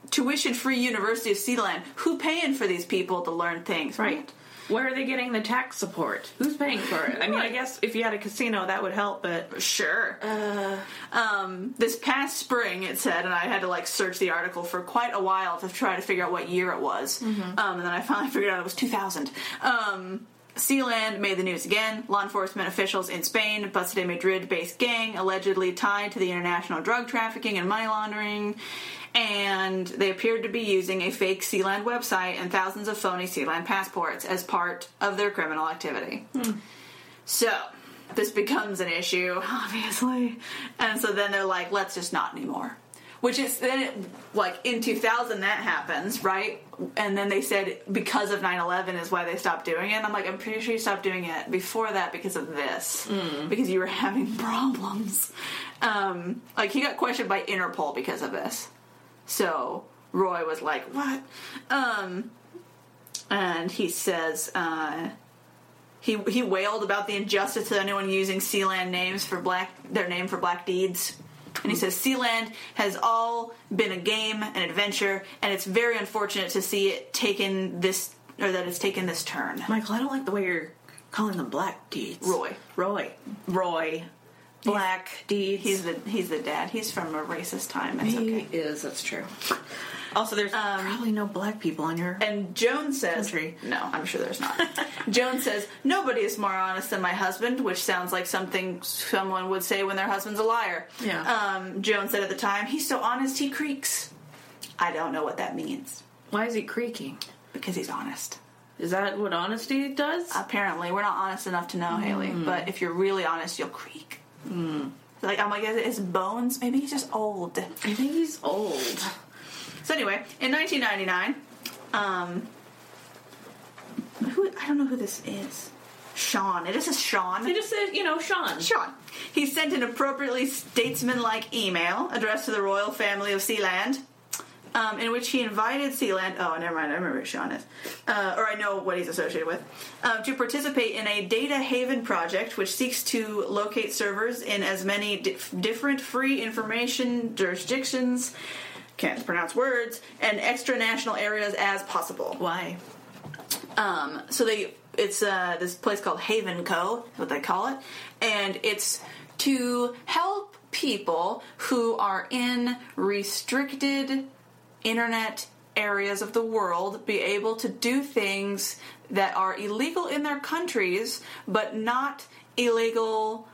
[SPEAKER 1] tuition free University of Sealand. Who paying for these people to learn things?
[SPEAKER 2] Right. Where are they getting the tax support? Who's paying for it? I mean, I guess if you had a casino, that would help, but
[SPEAKER 1] Sure. um, this past spring, it said, and I had to like search the article for quite a while to try to figure out what year it was. Um, and then I finally figured out it was 2000. Um, Sealand made the news again. Law enforcement officials in Spain busted a Madrid based gang allegedly tied to the international drug trafficking and money laundering. And they appeared to be using a fake Sealand website and thousands of phony Sealand passports as part of their criminal activity. So this becomes an issue, obviously. And so then they're like, let's just not anymore. Which is then, it, like in 2000, that happens, right? And then they said because of 9 11 is why they stopped doing it. And I'm like, I'm pretty sure you stopped doing it before that because of this, because you were having problems. Um, like he got questioned by Interpol because of this. So Roy was like, what? Um, and he says, uh, he he wailed about the injustice of anyone using Sealand names for black their name for black deeds. And he says Sealand has all been a game, an adventure, and it's very unfortunate to see it taken this or that it's taken this turn.
[SPEAKER 2] Michael, I don't like the way you're calling them black deeds.
[SPEAKER 1] Roy.
[SPEAKER 2] Roy. Roy. Black deeds.
[SPEAKER 1] He's the he's the dad. He's from a racist time. It's
[SPEAKER 2] he
[SPEAKER 1] okay.
[SPEAKER 2] is, that's true. Um, Also, there's probably no black people in your.
[SPEAKER 1] And Joan says,
[SPEAKER 2] Country.
[SPEAKER 1] "No, I'm sure there's not." Joan says, "Nobody is more honest than my husband," which sounds like something someone would say when their husband's a liar.
[SPEAKER 2] Yeah.
[SPEAKER 1] Um, Joan said at the time, "He's so honest he creaks." I don't know what that means
[SPEAKER 2] Why is he creaking?
[SPEAKER 1] because he's honest.
[SPEAKER 2] Is that what honesty does?
[SPEAKER 1] Apparently, we're not honest enough to know Haley.
[SPEAKER 2] Hmm.
[SPEAKER 1] But if you're really honest, you'll creak. Like I'm like, is it his bones? Maybe he's just old.
[SPEAKER 2] I think he's old.
[SPEAKER 1] So anyway, in 1999, um, who I don't know who this is. Sean. It is a Sean.
[SPEAKER 2] They just said, you know, Sean.
[SPEAKER 1] Sean. He sent an appropriately statesman-like email addressed to the royal family of Sealand, um, in which he invited Sealand. Oh, never mind. I remember who Sean is, uh, or I know what he's associated with, um, to participate in a data haven project, which seeks to locate servers in as many dif- different free information jurisdictions. Can't pronounce words and extra national areas as possible.
[SPEAKER 2] Why?
[SPEAKER 1] Um, so they it's uh, this place called Haven Co. is what they call it, and it's to help people who are in restricted internet areas of the world be able to do things that are illegal in their countries but not illegal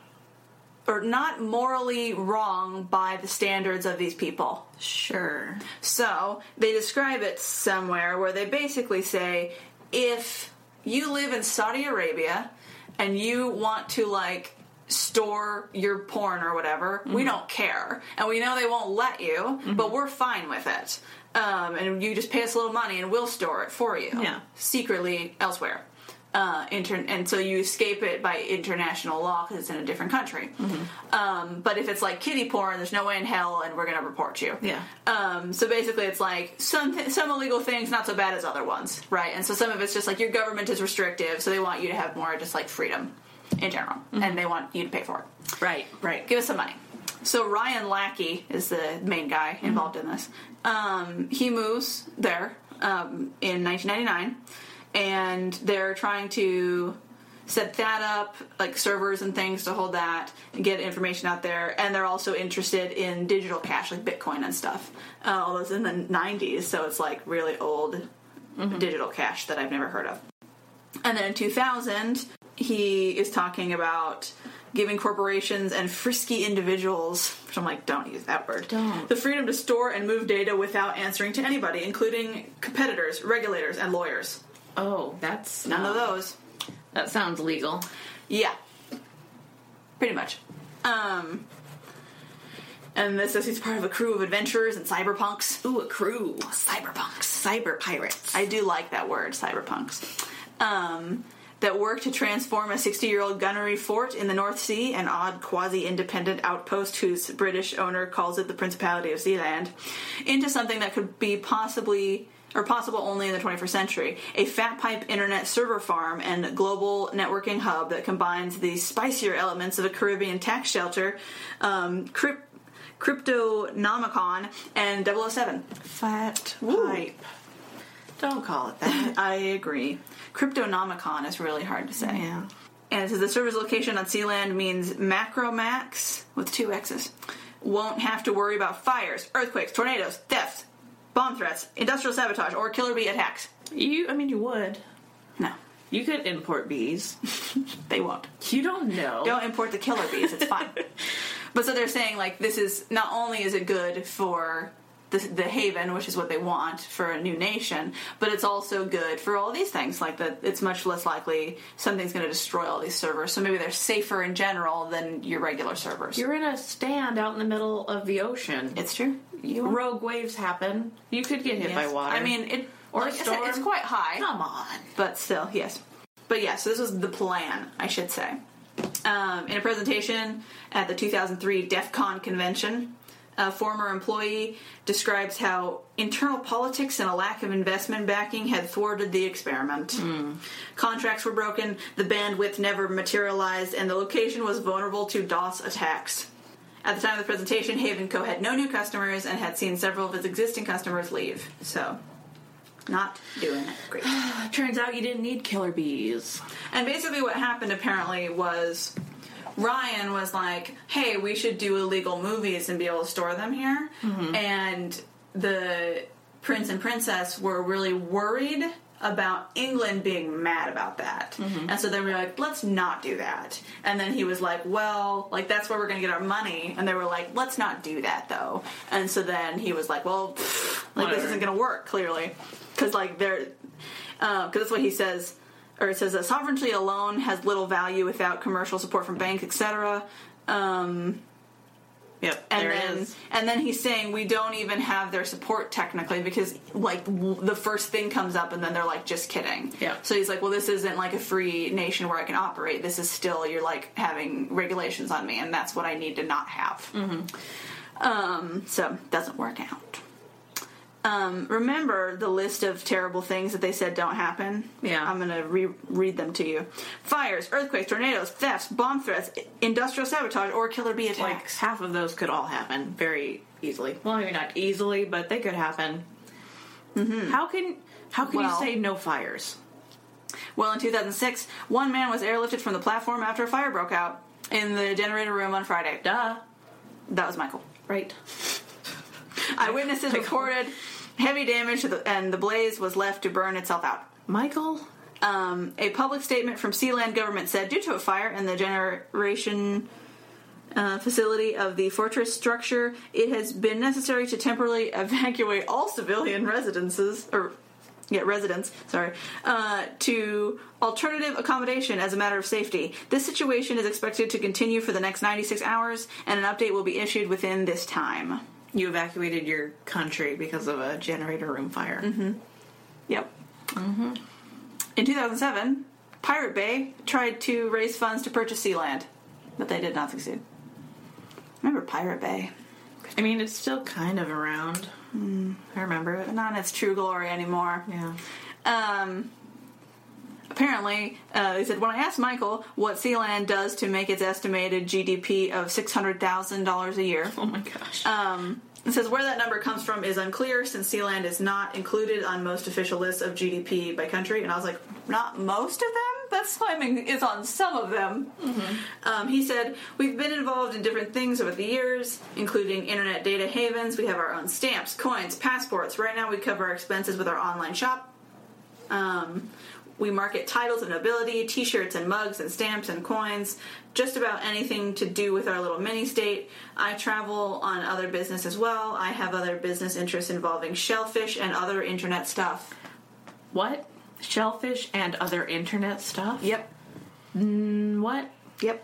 [SPEAKER 1] or not morally wrong by the standards of these people.
[SPEAKER 2] Sure.
[SPEAKER 1] So they describe it somewhere where they basically say if you live in Saudi Arabia and you want to like store your porn or whatever, we don't care. And we know they won't let you, but we're fine with it. Um, and you just pay us a little money and we'll store it for you
[SPEAKER 2] Yeah.
[SPEAKER 1] secretly elsewhere. Uh, inter- and so you escape it by international law because it's in a different country. Um, but if it's like kitty porn, there's no way in hell, and we're going to report you.
[SPEAKER 2] Yeah.
[SPEAKER 1] Um, so basically, it's like some th- some illegal things not so bad as other ones, right? And so some of it's just like your government is restrictive, so they want you to have more just like freedom in general, and they want you to pay for it
[SPEAKER 2] Right, right.
[SPEAKER 1] give us some money. So Ryan Lackey is the main guy involved in this. Um, he moves there um, in 1999, and they're trying to set that up, like servers and things to hold that, and get information out there. And they're also interested in digital cash, like Bitcoin and stuff. Uh, although it's in the 90s, so it's like really old digital cash that I've never heard of. And then in 2000, he is talking about giving corporations and frisky individuals, which I'm like, don't use that word,
[SPEAKER 2] Don't.
[SPEAKER 1] the freedom to store and move data without answering to anybody, including competitors, regulators, and lawyers.
[SPEAKER 2] Oh, that's
[SPEAKER 1] None of
[SPEAKER 2] um,
[SPEAKER 1] those.
[SPEAKER 2] That sounds legal.
[SPEAKER 1] Yeah. Pretty much. Um, and this says he's part of a crew of adventurers and cyberpunks.
[SPEAKER 2] Ooh, a crew.
[SPEAKER 1] Cyberpunks.
[SPEAKER 2] Cyber pirates.
[SPEAKER 1] I do like that word, cyberpunks. Um, that work to transform a 60 year old gunnery fort in the North Sea, an odd quasi independent outpost whose British owner calls it the Principality of Zealand, into something that could be possibly. Or possible only in the 21st century, a fat pipe internet server farm and global networking hub that combines the spicier elements of a Caribbean tax shelter, um, crypt- Cryptonomicon, and 007.
[SPEAKER 2] Fat
[SPEAKER 1] Ooh.
[SPEAKER 2] pipe. Don't call it that.
[SPEAKER 1] I agree. Cryptonomicon is really hard to say.
[SPEAKER 2] yeah.
[SPEAKER 1] And it says the server's location on Sealand means Macromax with two X's won't have to worry about fires, earthquakes, tornadoes, thefts, bomb threats, industrial sabotage, or killer bee attacks.
[SPEAKER 2] You. I mean, you would.
[SPEAKER 1] No,
[SPEAKER 2] You could import bees.
[SPEAKER 1] they won't.
[SPEAKER 2] You don't know.
[SPEAKER 1] Don't import the killer bees. It's fine. but so they're saying like this is not only is it good for the, the haven, which is what they want for a new nation, but it's also good for all these things. Like that, it's much less likely something's going to destroy all these servers. So maybe they're safer in general than your regular servers.
[SPEAKER 2] You're in a stand out in the middle of the ocean.
[SPEAKER 1] it's true. You
[SPEAKER 2] Rogue waves happen. You could get hit by water.
[SPEAKER 1] I mean, it
[SPEAKER 2] Or
[SPEAKER 1] like
[SPEAKER 2] a
[SPEAKER 1] I said, it's
[SPEAKER 2] storm.
[SPEAKER 1] quite high.
[SPEAKER 2] come on.
[SPEAKER 1] but still, yes. But yeah, so this was the plan, I should say. Um, in a presentation at the 2003 DEF CON convention, a former employee describes how internal politics and a lack of investment backing had thwarted the experiment. Contracts were broken, the bandwidth never materialized, and the location was vulnerable to DOS attacks. At the time of the presentation, Haven Co. had no new customers and had seen several of its existing customers leave. So, not doing it great.
[SPEAKER 2] Turns out you didn't need killer bees.
[SPEAKER 1] And basically, what happened apparently was Ryan was like, "Hey, we should do illegal movies and be able to store them here." And the prince and princess were really worried about England being mad about that. And so they were like, "Let's not do that." And then he was like, "Well, like that's where we're going to get our money." And they were like, "Let's not do that though." And so then he was like, "Well, pfft, like this
[SPEAKER 2] Whatever.
[SPEAKER 1] isn't going to work clearly." Cuz like they're because Uh, that's what he says, or it says that sovereignty alone has little value without commercial support from banks, etc. Um,
[SPEAKER 2] Yep.
[SPEAKER 1] and
[SPEAKER 2] there
[SPEAKER 1] then,
[SPEAKER 2] it is.
[SPEAKER 1] and then he's saying we don't even have their support technically because like w- the first thing comes up, and then they're like, just kidding.
[SPEAKER 2] Yeah.
[SPEAKER 1] So he's like, well, this isn't like a free nation where I can operate. This is still you're like having regulations on me, and that's what I need to not have.
[SPEAKER 2] Mm-hmm.
[SPEAKER 1] Um, so doesn't work out. Um, remember the list of terrible things that they said don't happen?
[SPEAKER 2] Yeah.
[SPEAKER 1] I'm going to re- read them to you fires, earthquakes, tornadoes, thefts, bomb threats, i- industrial sabotage, or killer bee
[SPEAKER 2] Like
[SPEAKER 1] attacks.
[SPEAKER 2] half of those could all happen very easily. Well, maybe not easily, but they could happen. How can how can
[SPEAKER 1] Well-
[SPEAKER 2] you say no fires?
[SPEAKER 1] Well, in 2006, one man was airlifted from the platform after a fire broke out in the generator room on Friday.
[SPEAKER 2] Duh.
[SPEAKER 1] That was Michael.
[SPEAKER 2] Right.
[SPEAKER 1] Eyewitnesses reported heavy damage, to the, and the blaze was left to burn itself out.
[SPEAKER 2] Michael.
[SPEAKER 1] Um, a public statement from Sealand government said due to a fire in the generation uh, facility of the fortress structure, it has been necessary to temporarily evacuate all civilian residences or yeah, residents, sorry, uh, to alternative accommodation as a matter of safety. This situation is expected to continue for the next 96 hours, and an update will be issued within this time.
[SPEAKER 2] You evacuated your country because of a generator room fire.
[SPEAKER 1] Yep. Mm-hmm. In 2007, Pirate Bay tried to raise funds to purchase Sealand, but they did not succeed. Remember Pirate Bay,
[SPEAKER 2] I mean, it's still kind of around. I remember it.
[SPEAKER 1] but not in its true glory anymore.
[SPEAKER 2] Mm. Yeah.
[SPEAKER 1] Um, apparently, uh, they said when I asked Michael what Sealand does to make its estimated GDP of six hundred thousand dollars a year,
[SPEAKER 2] Oh my gosh.
[SPEAKER 1] Um, it says where that number comes from is unclear since Sealand is not included on most official lists of GDP by country. And I was like, not most of them, that slamming is on some of them. Um, he said, We've been involved in different things over the years, including internet data havens. We have our own stamps, coins, passports. Right now, we cover our expenses with our online shop. Um, we market titles of nobility, t shirts and mugs and stamps and coins, just about anything to do with our little mini state. I travel on other business as well. I have other business interests involving shellfish and other internet stuff.
[SPEAKER 2] What? Shellfish and other internet stuff?
[SPEAKER 1] Yep,
[SPEAKER 2] Mm, What?
[SPEAKER 1] yep.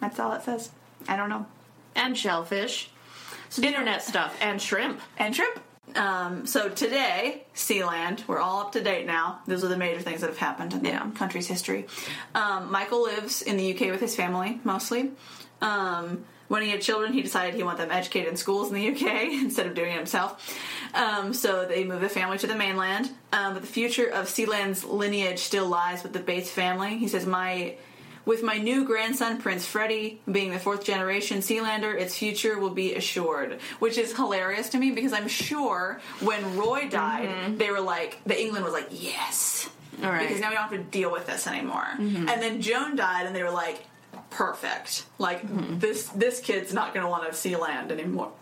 [SPEAKER 1] That's all it says. I don't know.
[SPEAKER 2] And shellfish. internet stuff and shrimp.
[SPEAKER 1] and shrimp. Um, so today, Sealand, we're all up to date now. Those are the major things that have happened in the
[SPEAKER 2] Yeah.
[SPEAKER 1] country's history. Um, Michael lives in the UK with his family mostly. Um, when he had children, he decided he wanted them educated in schools in the UK instead of doing it himself. Um, so they moved the family to the mainland. Um, but the future of Sealand's lineage still lies with the Bates family. He says, "My with my new grandson, Prince Freddie, being the fourth generation Sealander, its future will be assured. Which is hilarious to me because I'm sure when Roy died, they were like, the England was like, yes.
[SPEAKER 2] Mm-hmm. All right.
[SPEAKER 1] Because now we don't have to deal with this anymore.
[SPEAKER 2] Mm-hmm.
[SPEAKER 1] And then Joan died, and they were like, perfect. Like,
[SPEAKER 2] Mm-hmm.
[SPEAKER 1] this, this kid's not going to want to see land anymore.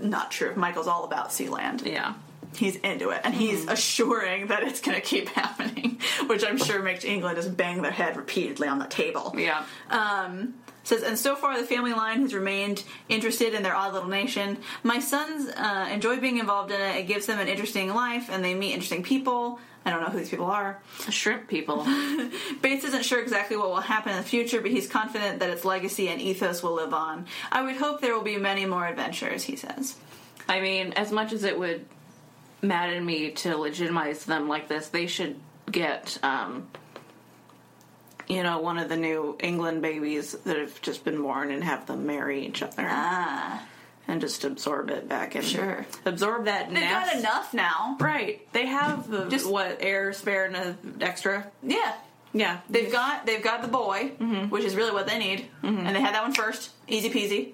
[SPEAKER 1] Not true. Michael's all about sea land
[SPEAKER 2] Yeah. Mm-hmm.
[SPEAKER 1] he's into it and he's assuring that it's going to keep happening which i'm sure makes england just bang their head repeatedly on the table
[SPEAKER 2] Yeah.
[SPEAKER 1] um, says, and so far the family line has remained interested in their odd little nation. My sons uh, enjoy being involved in it. It gives them an interesting life, and they meet interesting people. I don't know who these people are.
[SPEAKER 2] Shrimp people.
[SPEAKER 1] Bates isn't sure exactly what will happen in the future, but he's confident that its legacy and ethos will live on. I would hope there will be many more adventures, he says.
[SPEAKER 2] I mean, as much as it would madden me to legitimize them like this, they should get, um, you know, one of the new England babies that have just been born and have them marry each other
[SPEAKER 1] Ah,
[SPEAKER 2] and just absorb it back and
[SPEAKER 1] Sure.
[SPEAKER 2] absorb that.
[SPEAKER 1] they've
[SPEAKER 2] nas-
[SPEAKER 1] got enough now.
[SPEAKER 2] Right. They have the,
[SPEAKER 1] Just-
[SPEAKER 2] just what air spare and a extra.
[SPEAKER 1] Yeah,
[SPEAKER 2] Yeah.
[SPEAKER 1] They've got they've got the boy, which is really what they need, and they had that one first, easy peasy.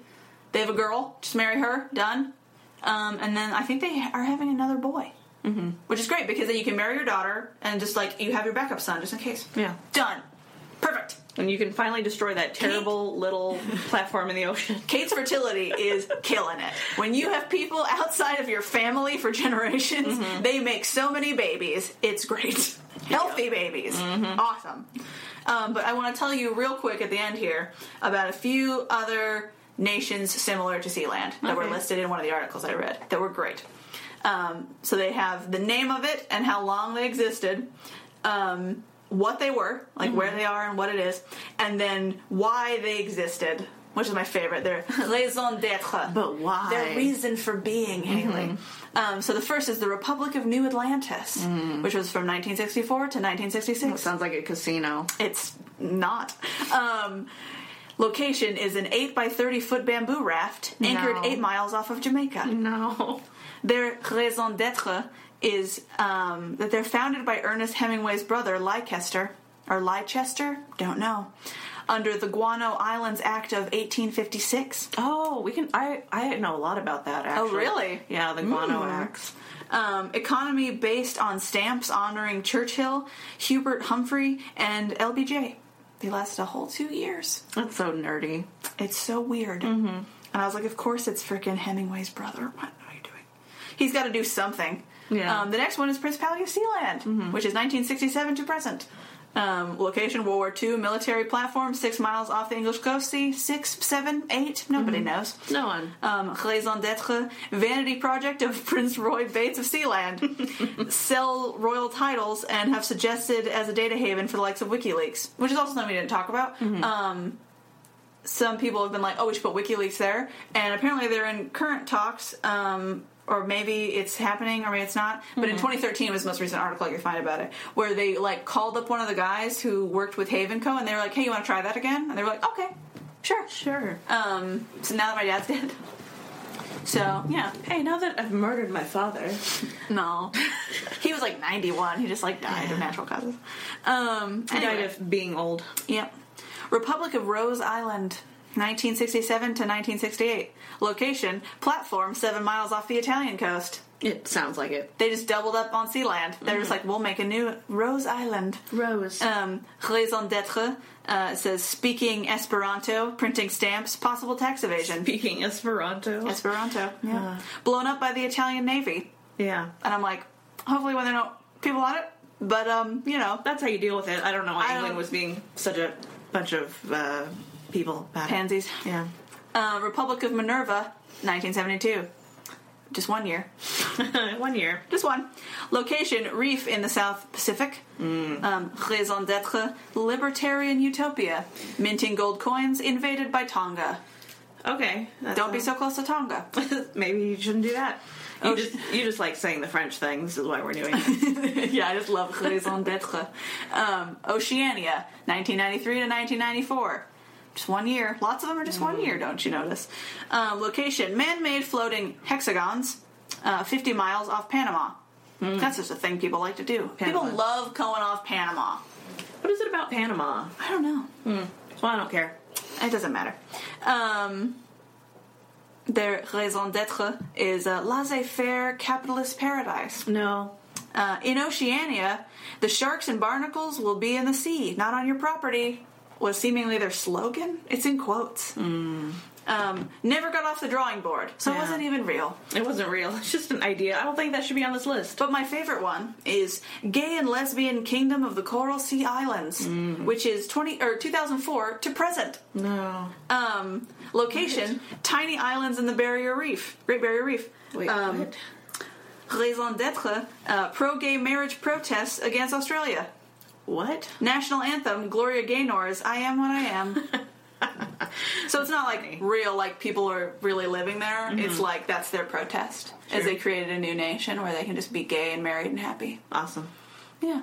[SPEAKER 1] They have a girl, just marry her, done. Um, and then I think they are having another boy, mm-hmm. which is great because then you can marry your daughter and just like you have your backup son just in case.
[SPEAKER 2] yeah.
[SPEAKER 1] Done, perfect.
[SPEAKER 2] And you can finally destroy that terrible little platform in the ocean.
[SPEAKER 1] Kate's fertility is killing it. When you have people outside of your family for generations, they make so many babies. It's great. Healthy babies. Awesome. Um, but I want to tell you real quick at the end here about a few other nations similar to Sealand that were
[SPEAKER 2] Okay.
[SPEAKER 1] listed in one of the articles I read that were great. Um, so they have the name of it and how long they existed, um, what they were, like where
[SPEAKER 2] Mm-hmm.
[SPEAKER 1] they are and what it is, and then why they existed, which is my favorite. Their raison d'être.
[SPEAKER 2] But why? Mm-hmm.
[SPEAKER 1] Their reason for being, Haley. Um, so the first is the Republic of New Atlantis,
[SPEAKER 2] Mm.
[SPEAKER 1] which was from 1964 to 1966.
[SPEAKER 2] Sounds like a casino.
[SPEAKER 1] It's not. Um, location is an 8 by 30 foot bamboo raft anchored
[SPEAKER 2] No.
[SPEAKER 1] 8 miles off of Jamaica
[SPEAKER 2] No.
[SPEAKER 1] their raison d'être is um, that they're founded by Ernest Hemingway's brother Leicester or Leicester, don't know, under the Guano Islands Act of 1856.
[SPEAKER 2] Oh, we can. I I know a lot about that. Actually.
[SPEAKER 1] really?
[SPEAKER 2] Yeah, the guano
[SPEAKER 1] Mm.
[SPEAKER 2] axe.
[SPEAKER 1] Um, economy based on stamps honoring Churchill, Hubert Humphrey, and LBJ. They lasted a whole two years.
[SPEAKER 2] That's so nerdy.
[SPEAKER 1] It's so weird. Mm-hmm. And I was like, of course it's frickin' Hemingway's brother. What are you doing? He's got to do something.
[SPEAKER 2] Yeah.
[SPEAKER 1] Um, the next one is Principality of Sealand, which is 1967 to present. Um, location World War II, military platform, six miles off the English coast, sea, six, seven, eight, nobody knows.
[SPEAKER 2] No one.
[SPEAKER 1] Um, raison d'être, vanity project of Prince Roy Bates of Sealand. Sell royal titles and have suggested as a data haven for the likes of WikiLeaks, which is also something we didn't talk about.
[SPEAKER 2] Mm-hmm.
[SPEAKER 1] Um, some people have been like, oh, we should put WikiLeaks there. And apparently they're in current talks, um, or maybe it's happening, or maybe it's not. But
[SPEAKER 2] Mm-hmm.
[SPEAKER 1] in 2013 was the most recent article I could find about it, where they like called up one of the guys who worked with Haven Co. and they were like, hey, you want to try that again? And they were like, okay, sure.
[SPEAKER 2] Sure.
[SPEAKER 1] Um, so now that my dad's dead. So, yeah.
[SPEAKER 2] Hey, now that I've murdered my father,
[SPEAKER 1] No. he was like 91. He just like died of natural causes. Um,
[SPEAKER 2] I
[SPEAKER 1] anyway.
[SPEAKER 2] died of being old.
[SPEAKER 1] Yep. Republic of Rose Island, 1967 to 1968. Location, platform 7 miles off the Italian coast.
[SPEAKER 2] It sounds like it.
[SPEAKER 1] They just doubled up on sea land. They're just like, we'll make a new Rose Island.
[SPEAKER 2] Rose.
[SPEAKER 1] Um, raison d'être uh, says speaking Esperanto, printing stamps, possible tax evasion.
[SPEAKER 2] Speaking Esperanto.
[SPEAKER 1] Esperanto, yeah. Blown up by the Italian Navy.
[SPEAKER 2] yeah.
[SPEAKER 1] And I'm like, hopefully when they don't, people on it. But, um, you know,
[SPEAKER 2] That's how you deal with it. I don't know why
[SPEAKER 1] I
[SPEAKER 2] England
[SPEAKER 1] don't-
[SPEAKER 2] was being such a bunch of uh, people about it.
[SPEAKER 1] pansies.
[SPEAKER 2] Yeah.
[SPEAKER 1] Uh, Republic of Minerva, 1972. Just one year.
[SPEAKER 2] One year.
[SPEAKER 1] Just one. Location, reef in the South Pacific. Um, raison d'etre, libertarian utopia. Minting gold coins, invaded by Tonga.
[SPEAKER 2] Okay. that's
[SPEAKER 1] Don't be
[SPEAKER 2] all.
[SPEAKER 1] so close to Tonga.
[SPEAKER 2] Maybe you shouldn't do that. You
[SPEAKER 1] Oh,
[SPEAKER 2] just you just like saying the French thing. This is why we're doing it.
[SPEAKER 1] yeah, I just love raison d'etre. Um, Oceania, 1993 to 1994. Just one year. Lots of them are just one year, don't you notice? Um, location, man-made floating hexagons, uh, 50 miles off Panama. That's just a thing people like to do.
[SPEAKER 2] Panama.
[SPEAKER 1] People love going off Panama.
[SPEAKER 2] what is it about Panama?
[SPEAKER 1] I don't know.
[SPEAKER 2] Well, I don't care.
[SPEAKER 1] It doesn't matter. Um, their raison d'être is a laissez-faire capitalist paradise.
[SPEAKER 2] No.
[SPEAKER 1] Uh, in Oceania, the sharks and barnacles will be in the sea, not on your property, was seemingly their slogan. It's in quotes. Um, never got off the drawing board, so it
[SPEAKER 2] Hmm. Yeah.
[SPEAKER 1] wasn't even real.
[SPEAKER 2] It wasn't real. It's just an idea. I don't think that should be on this list.
[SPEAKER 1] But my favorite one is Gay and Lesbian Kingdom of the Coral Sea Islands,
[SPEAKER 2] Hmm.
[SPEAKER 1] which is 20 or 2004 to present.
[SPEAKER 2] No.
[SPEAKER 1] Um, location: tiny islands in the Barrier Reef, Great Barrier Reef.
[SPEAKER 2] Wait,
[SPEAKER 1] um,
[SPEAKER 2] what?
[SPEAKER 1] Raison d'être: uh, pro-gay marriage protests against Australia.
[SPEAKER 2] What?
[SPEAKER 1] National anthem: Gloria Gaynor's "I Am What I Am." so it's not like real, like people are really living there. It's like that's their protest, as
[SPEAKER 2] Sure.
[SPEAKER 1] they created a new nation where they can just be gay and married and happy.
[SPEAKER 2] Awesome.
[SPEAKER 1] Yeah.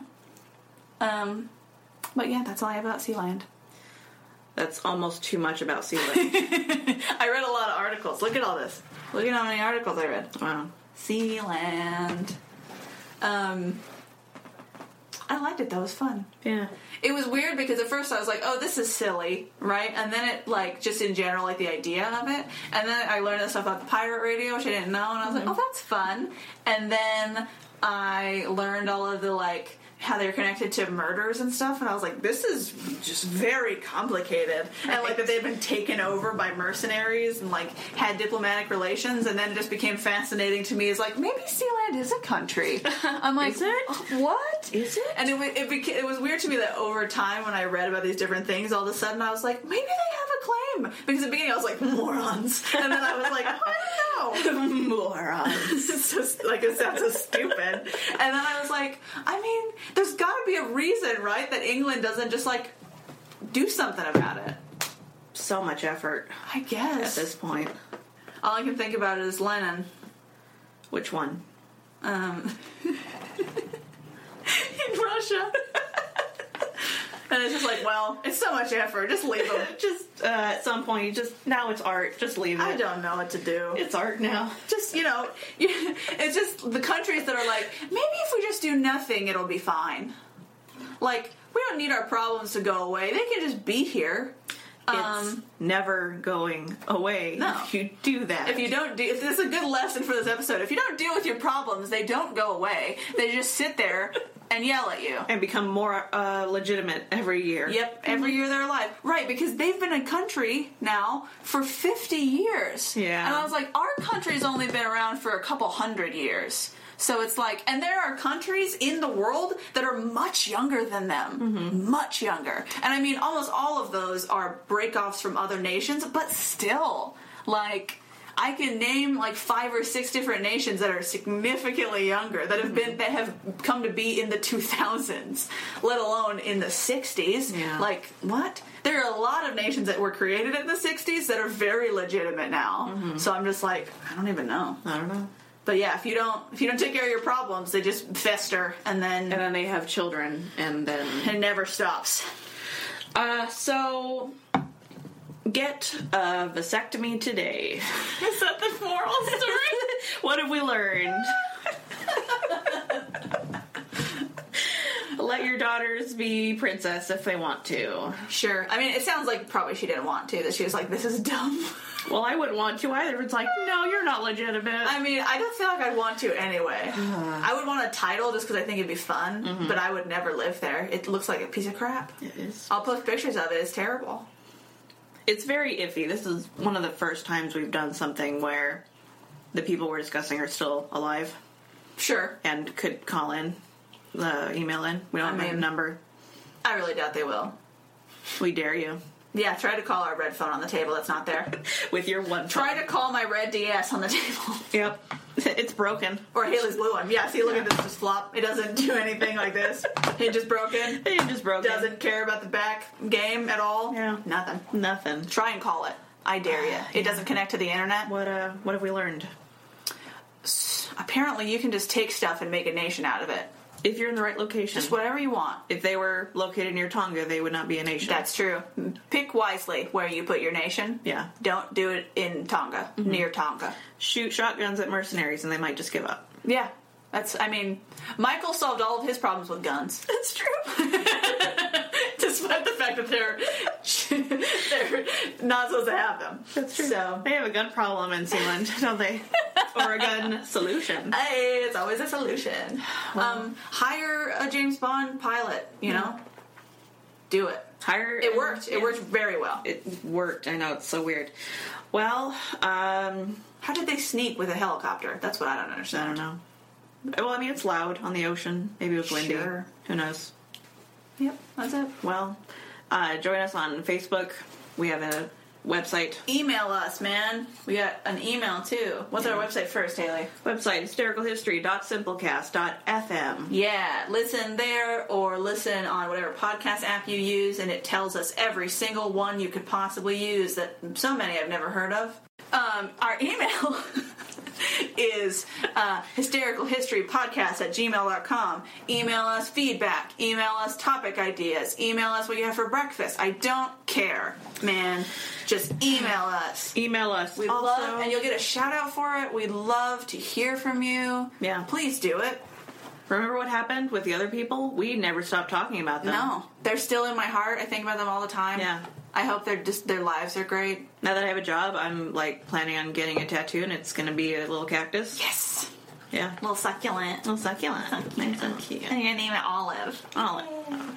[SPEAKER 1] Um, but yeah, that's all I have about Sealand.
[SPEAKER 2] That's almost too much about sea life.
[SPEAKER 1] I read a lot of articles. Look at all this. Look at how many articles I read.
[SPEAKER 2] wow.
[SPEAKER 1] Sealand. Um, I liked it though. It was fun.
[SPEAKER 2] Yeah.
[SPEAKER 1] It was weird because at first I was like, "Oh, this is silly," right? And then it like just in general, like the idea of it. And then I learned this stuff about the pirate radio, which I didn't know, and I was
[SPEAKER 2] Mm-hmm.
[SPEAKER 1] like, "Oh, that's fun." And then I learned all of the like how they're connected to murders and stuff, and I was like, "This is just very complicated." And like that they've been taken over by mercenaries and like had diplomatic relations, and then it just became fascinating to me. Is like maybe Sealand is a country. I'm like, "Uh,
[SPEAKER 2] Is it?
[SPEAKER 1] What
[SPEAKER 2] Is it?
[SPEAKER 1] and it wa- it, beca- it was weird to me that over time, when I read about these different things, all of a sudden I was like, maybe they have a claim. Because at the beginning I was like, morons, and then I was like, I don't know.
[SPEAKER 2] Moron.
[SPEAKER 1] it's just like it sounds so stupid. And then I was like, I mean, there's got to be a reason, right, that England doesn't just like do something about it.
[SPEAKER 2] So much effort
[SPEAKER 1] I
[SPEAKER 2] at
[SPEAKER 1] guess
[SPEAKER 2] this point.
[SPEAKER 1] all I can think about is Lennon.
[SPEAKER 2] Which one?
[SPEAKER 1] um, in Russia. and it's just like, well, it's so much effort. Just leave them.
[SPEAKER 2] Just uh, at some point, you just now it's art. Just leave it.
[SPEAKER 1] I don't know what to do.
[SPEAKER 2] It's art now.
[SPEAKER 1] Just you know, you, it's just the countries that are like, maybe if we just do nothing, it'll be fine. Like we don't need our problems to go away. They can just be here.
[SPEAKER 2] It's never going away
[SPEAKER 1] Um, No.
[SPEAKER 2] if you do that.
[SPEAKER 1] If you don't do, if this is a good lesson for this episode. If you don't deal with your problems, they don't go away. They just sit there and yell at you.
[SPEAKER 2] and become more uh, legitimate every year.
[SPEAKER 1] Yep, every year they're alive. Right, because they've been a country now for 50 years.
[SPEAKER 2] Yeah.
[SPEAKER 1] And I was like, our country's only been around for a couple hundred years. So it's like, and there are countries in the world that are much younger than them. Much younger. And I mean, almost all of those are breakoffs from other nations, but still, like, I can name like five or six different nations that are significantly younger that have been that have come to be in the 2000s, let alone in the 60s.
[SPEAKER 2] Yeah.
[SPEAKER 1] Like what? There are a lot of nations that were created in the 60s that are very legitimate now. So I'm just like, I don't even know.
[SPEAKER 2] I don't know.
[SPEAKER 1] But yeah, if you don't if you don't take care of your problems, they just fester and then
[SPEAKER 2] And then they have children, and then
[SPEAKER 1] it never stops.
[SPEAKER 2] uh, so get a vasectomy today.
[SPEAKER 1] Is that the moral story?
[SPEAKER 2] what have we learned? let your daughters be princess if they want to.
[SPEAKER 1] Sure. I mean, it sounds like probably she didn't want to. That she was like, "This is dumb."
[SPEAKER 2] Well, I wouldn't want to either. It's like, no, you're not legitimate.
[SPEAKER 1] I mean, I don't feel like I'd want to anyway. I would want a title just because I think it'd be fun, but I would never live there. It looks like a piece of crap.
[SPEAKER 2] It is.
[SPEAKER 1] I'll post pictures of it. It's terrible.
[SPEAKER 2] It's very iffy. This is one of the first times we've done something where the people we're discussing are still alive
[SPEAKER 1] Sure.
[SPEAKER 2] and could call in, uh, email in. We don't
[SPEAKER 1] I
[SPEAKER 2] have a
[SPEAKER 1] mean-
[SPEAKER 2] number.
[SPEAKER 1] I really doubt they will.
[SPEAKER 2] We dare you
[SPEAKER 1] Yeah, try to call our red phone on the table that's not there.
[SPEAKER 2] with your one.
[SPEAKER 1] try to call my red DS on the table.
[SPEAKER 2] Yep, it's broken.
[SPEAKER 1] Or Haley's blue one. Yeah, see, look at this just flop. It doesn't do anything like this. It just broken.
[SPEAKER 2] It just broken.
[SPEAKER 1] Doesn't care about the back game at all.
[SPEAKER 2] Yeah.
[SPEAKER 1] Nothing.
[SPEAKER 2] nothing.
[SPEAKER 1] Try and call it. I dare you. It doesn't connect to the internet.
[SPEAKER 2] What uh? What have we learned?
[SPEAKER 1] Apparently, you can just take stuff and make a nation out of it.
[SPEAKER 2] If you're in the right location,
[SPEAKER 1] Just whatever you want.
[SPEAKER 2] if they were located near Tonga, they would not be a nation.
[SPEAKER 1] That's true. Pick wisely where you put your nation.
[SPEAKER 2] Yeah. Mm-hmm.
[SPEAKER 1] Don't do it in Tonga, near Tonga.
[SPEAKER 2] Shoot shotguns at mercenaries, and they might just give up.
[SPEAKER 1] Yeah. That's, I mean, Michael solved all of his problems with guns.
[SPEAKER 2] That's true.
[SPEAKER 1] despite the fact that they're they're not supposed to have them.
[SPEAKER 2] That's true.
[SPEAKER 1] So
[SPEAKER 2] They have a gun problem in Sealand, don't they? or a gun solution.
[SPEAKER 1] hey, it's always a solution. Um, hire a James Bond pilot. You know, do it.
[SPEAKER 2] Hire.
[SPEAKER 1] It worked. It worked very well.
[SPEAKER 2] It worked. I know it's so weird. Well, um,
[SPEAKER 1] How did they sneak with a helicopter? That's what I don't
[SPEAKER 2] I
[SPEAKER 1] understand.
[SPEAKER 2] don't know. Well, I mean, it's loud on the ocean. Maybe it was windy.
[SPEAKER 1] Sure.
[SPEAKER 2] Who knows?
[SPEAKER 1] Yep, that's it.
[SPEAKER 2] Well, uh, join us on Facebook. We have a website.
[SPEAKER 1] Email us, man. We got an email too. What's our website first, Haley?
[SPEAKER 2] Website hystericalhistory.simplecast.fm.
[SPEAKER 1] Yeah, listen there or listen on whatever podcast app you use, and it tells us every single one you could possibly use that so many I've never heard of. Um, our email is uh, hystericalhistorypodcast at gmail.com. Email us feedback, email us topic ideas, email us what you have for breakfast. I don't care, man. Just email us.
[SPEAKER 2] Email us.
[SPEAKER 1] We
[SPEAKER 2] also,
[SPEAKER 1] love, and you'll get a shout out for it. We love to hear from you.
[SPEAKER 2] Yeah.
[SPEAKER 1] Please do it.
[SPEAKER 2] remember what happened with the other people? We never stopped talking about them.
[SPEAKER 1] No, they're still in my heart. I think about them all the time.
[SPEAKER 2] Yeah.
[SPEAKER 1] I hope they're just their lives are great.
[SPEAKER 2] Now that I have a job, I'm like planning on getting a tattoo, and it's going to be a little cactus.
[SPEAKER 1] Yes,
[SPEAKER 2] Yeah.
[SPEAKER 1] little succulent.
[SPEAKER 2] Little succulent. Nice and cute.
[SPEAKER 1] I'm gonna name it Olive
[SPEAKER 2] Olive.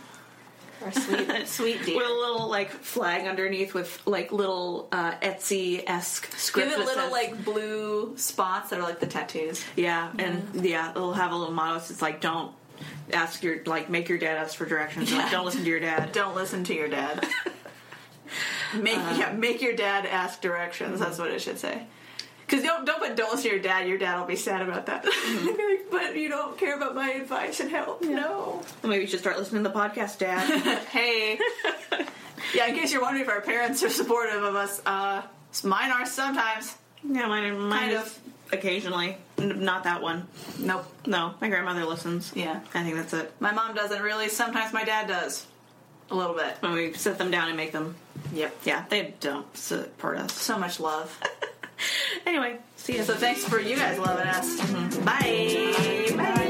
[SPEAKER 1] or Sweet Sweet Deer.
[SPEAKER 2] With a little like flag underneath with like little uh, Etsy esque
[SPEAKER 1] Give
[SPEAKER 2] script.
[SPEAKER 1] it
[SPEAKER 2] that
[SPEAKER 1] little
[SPEAKER 2] says-
[SPEAKER 1] like blue spots that are like the tattoos.
[SPEAKER 2] Yeah, and yeah, it'll have a little motto. It's like don't ask your like make your dad ask for directions. Like,
[SPEAKER 1] Yeah.
[SPEAKER 2] don't listen to your dad.
[SPEAKER 1] Don't listen to your dad. Uh, make yeah, make your dad ask directions. That's what it should say. Because don't don't put don't listen to your dad. Your dad will be sad about that. Like, but you don't care about my advice and help. No.
[SPEAKER 2] Maybe you should start listening to the podcast, Dad.
[SPEAKER 1] hey. yeah, in case you're wondering if our parents are supportive of us, uh, mine are sometimes.
[SPEAKER 2] yeah, mine, mine
[SPEAKER 1] Kind
[SPEAKER 2] is
[SPEAKER 1] of.
[SPEAKER 2] occasionally. N- not that one.
[SPEAKER 1] Nope.
[SPEAKER 2] No, my grandmother listens.
[SPEAKER 1] Yeah.
[SPEAKER 2] I think that's it.
[SPEAKER 1] My mom doesn't really. Sometimes my dad does. A little bit.
[SPEAKER 2] When we sit them down and make them.
[SPEAKER 1] Yep.
[SPEAKER 2] Yeah, they don't support us.
[SPEAKER 1] So much love.
[SPEAKER 2] Anyway, see you.
[SPEAKER 1] so thanks for you guys loving us. Mm-hmm. Bye. Bye.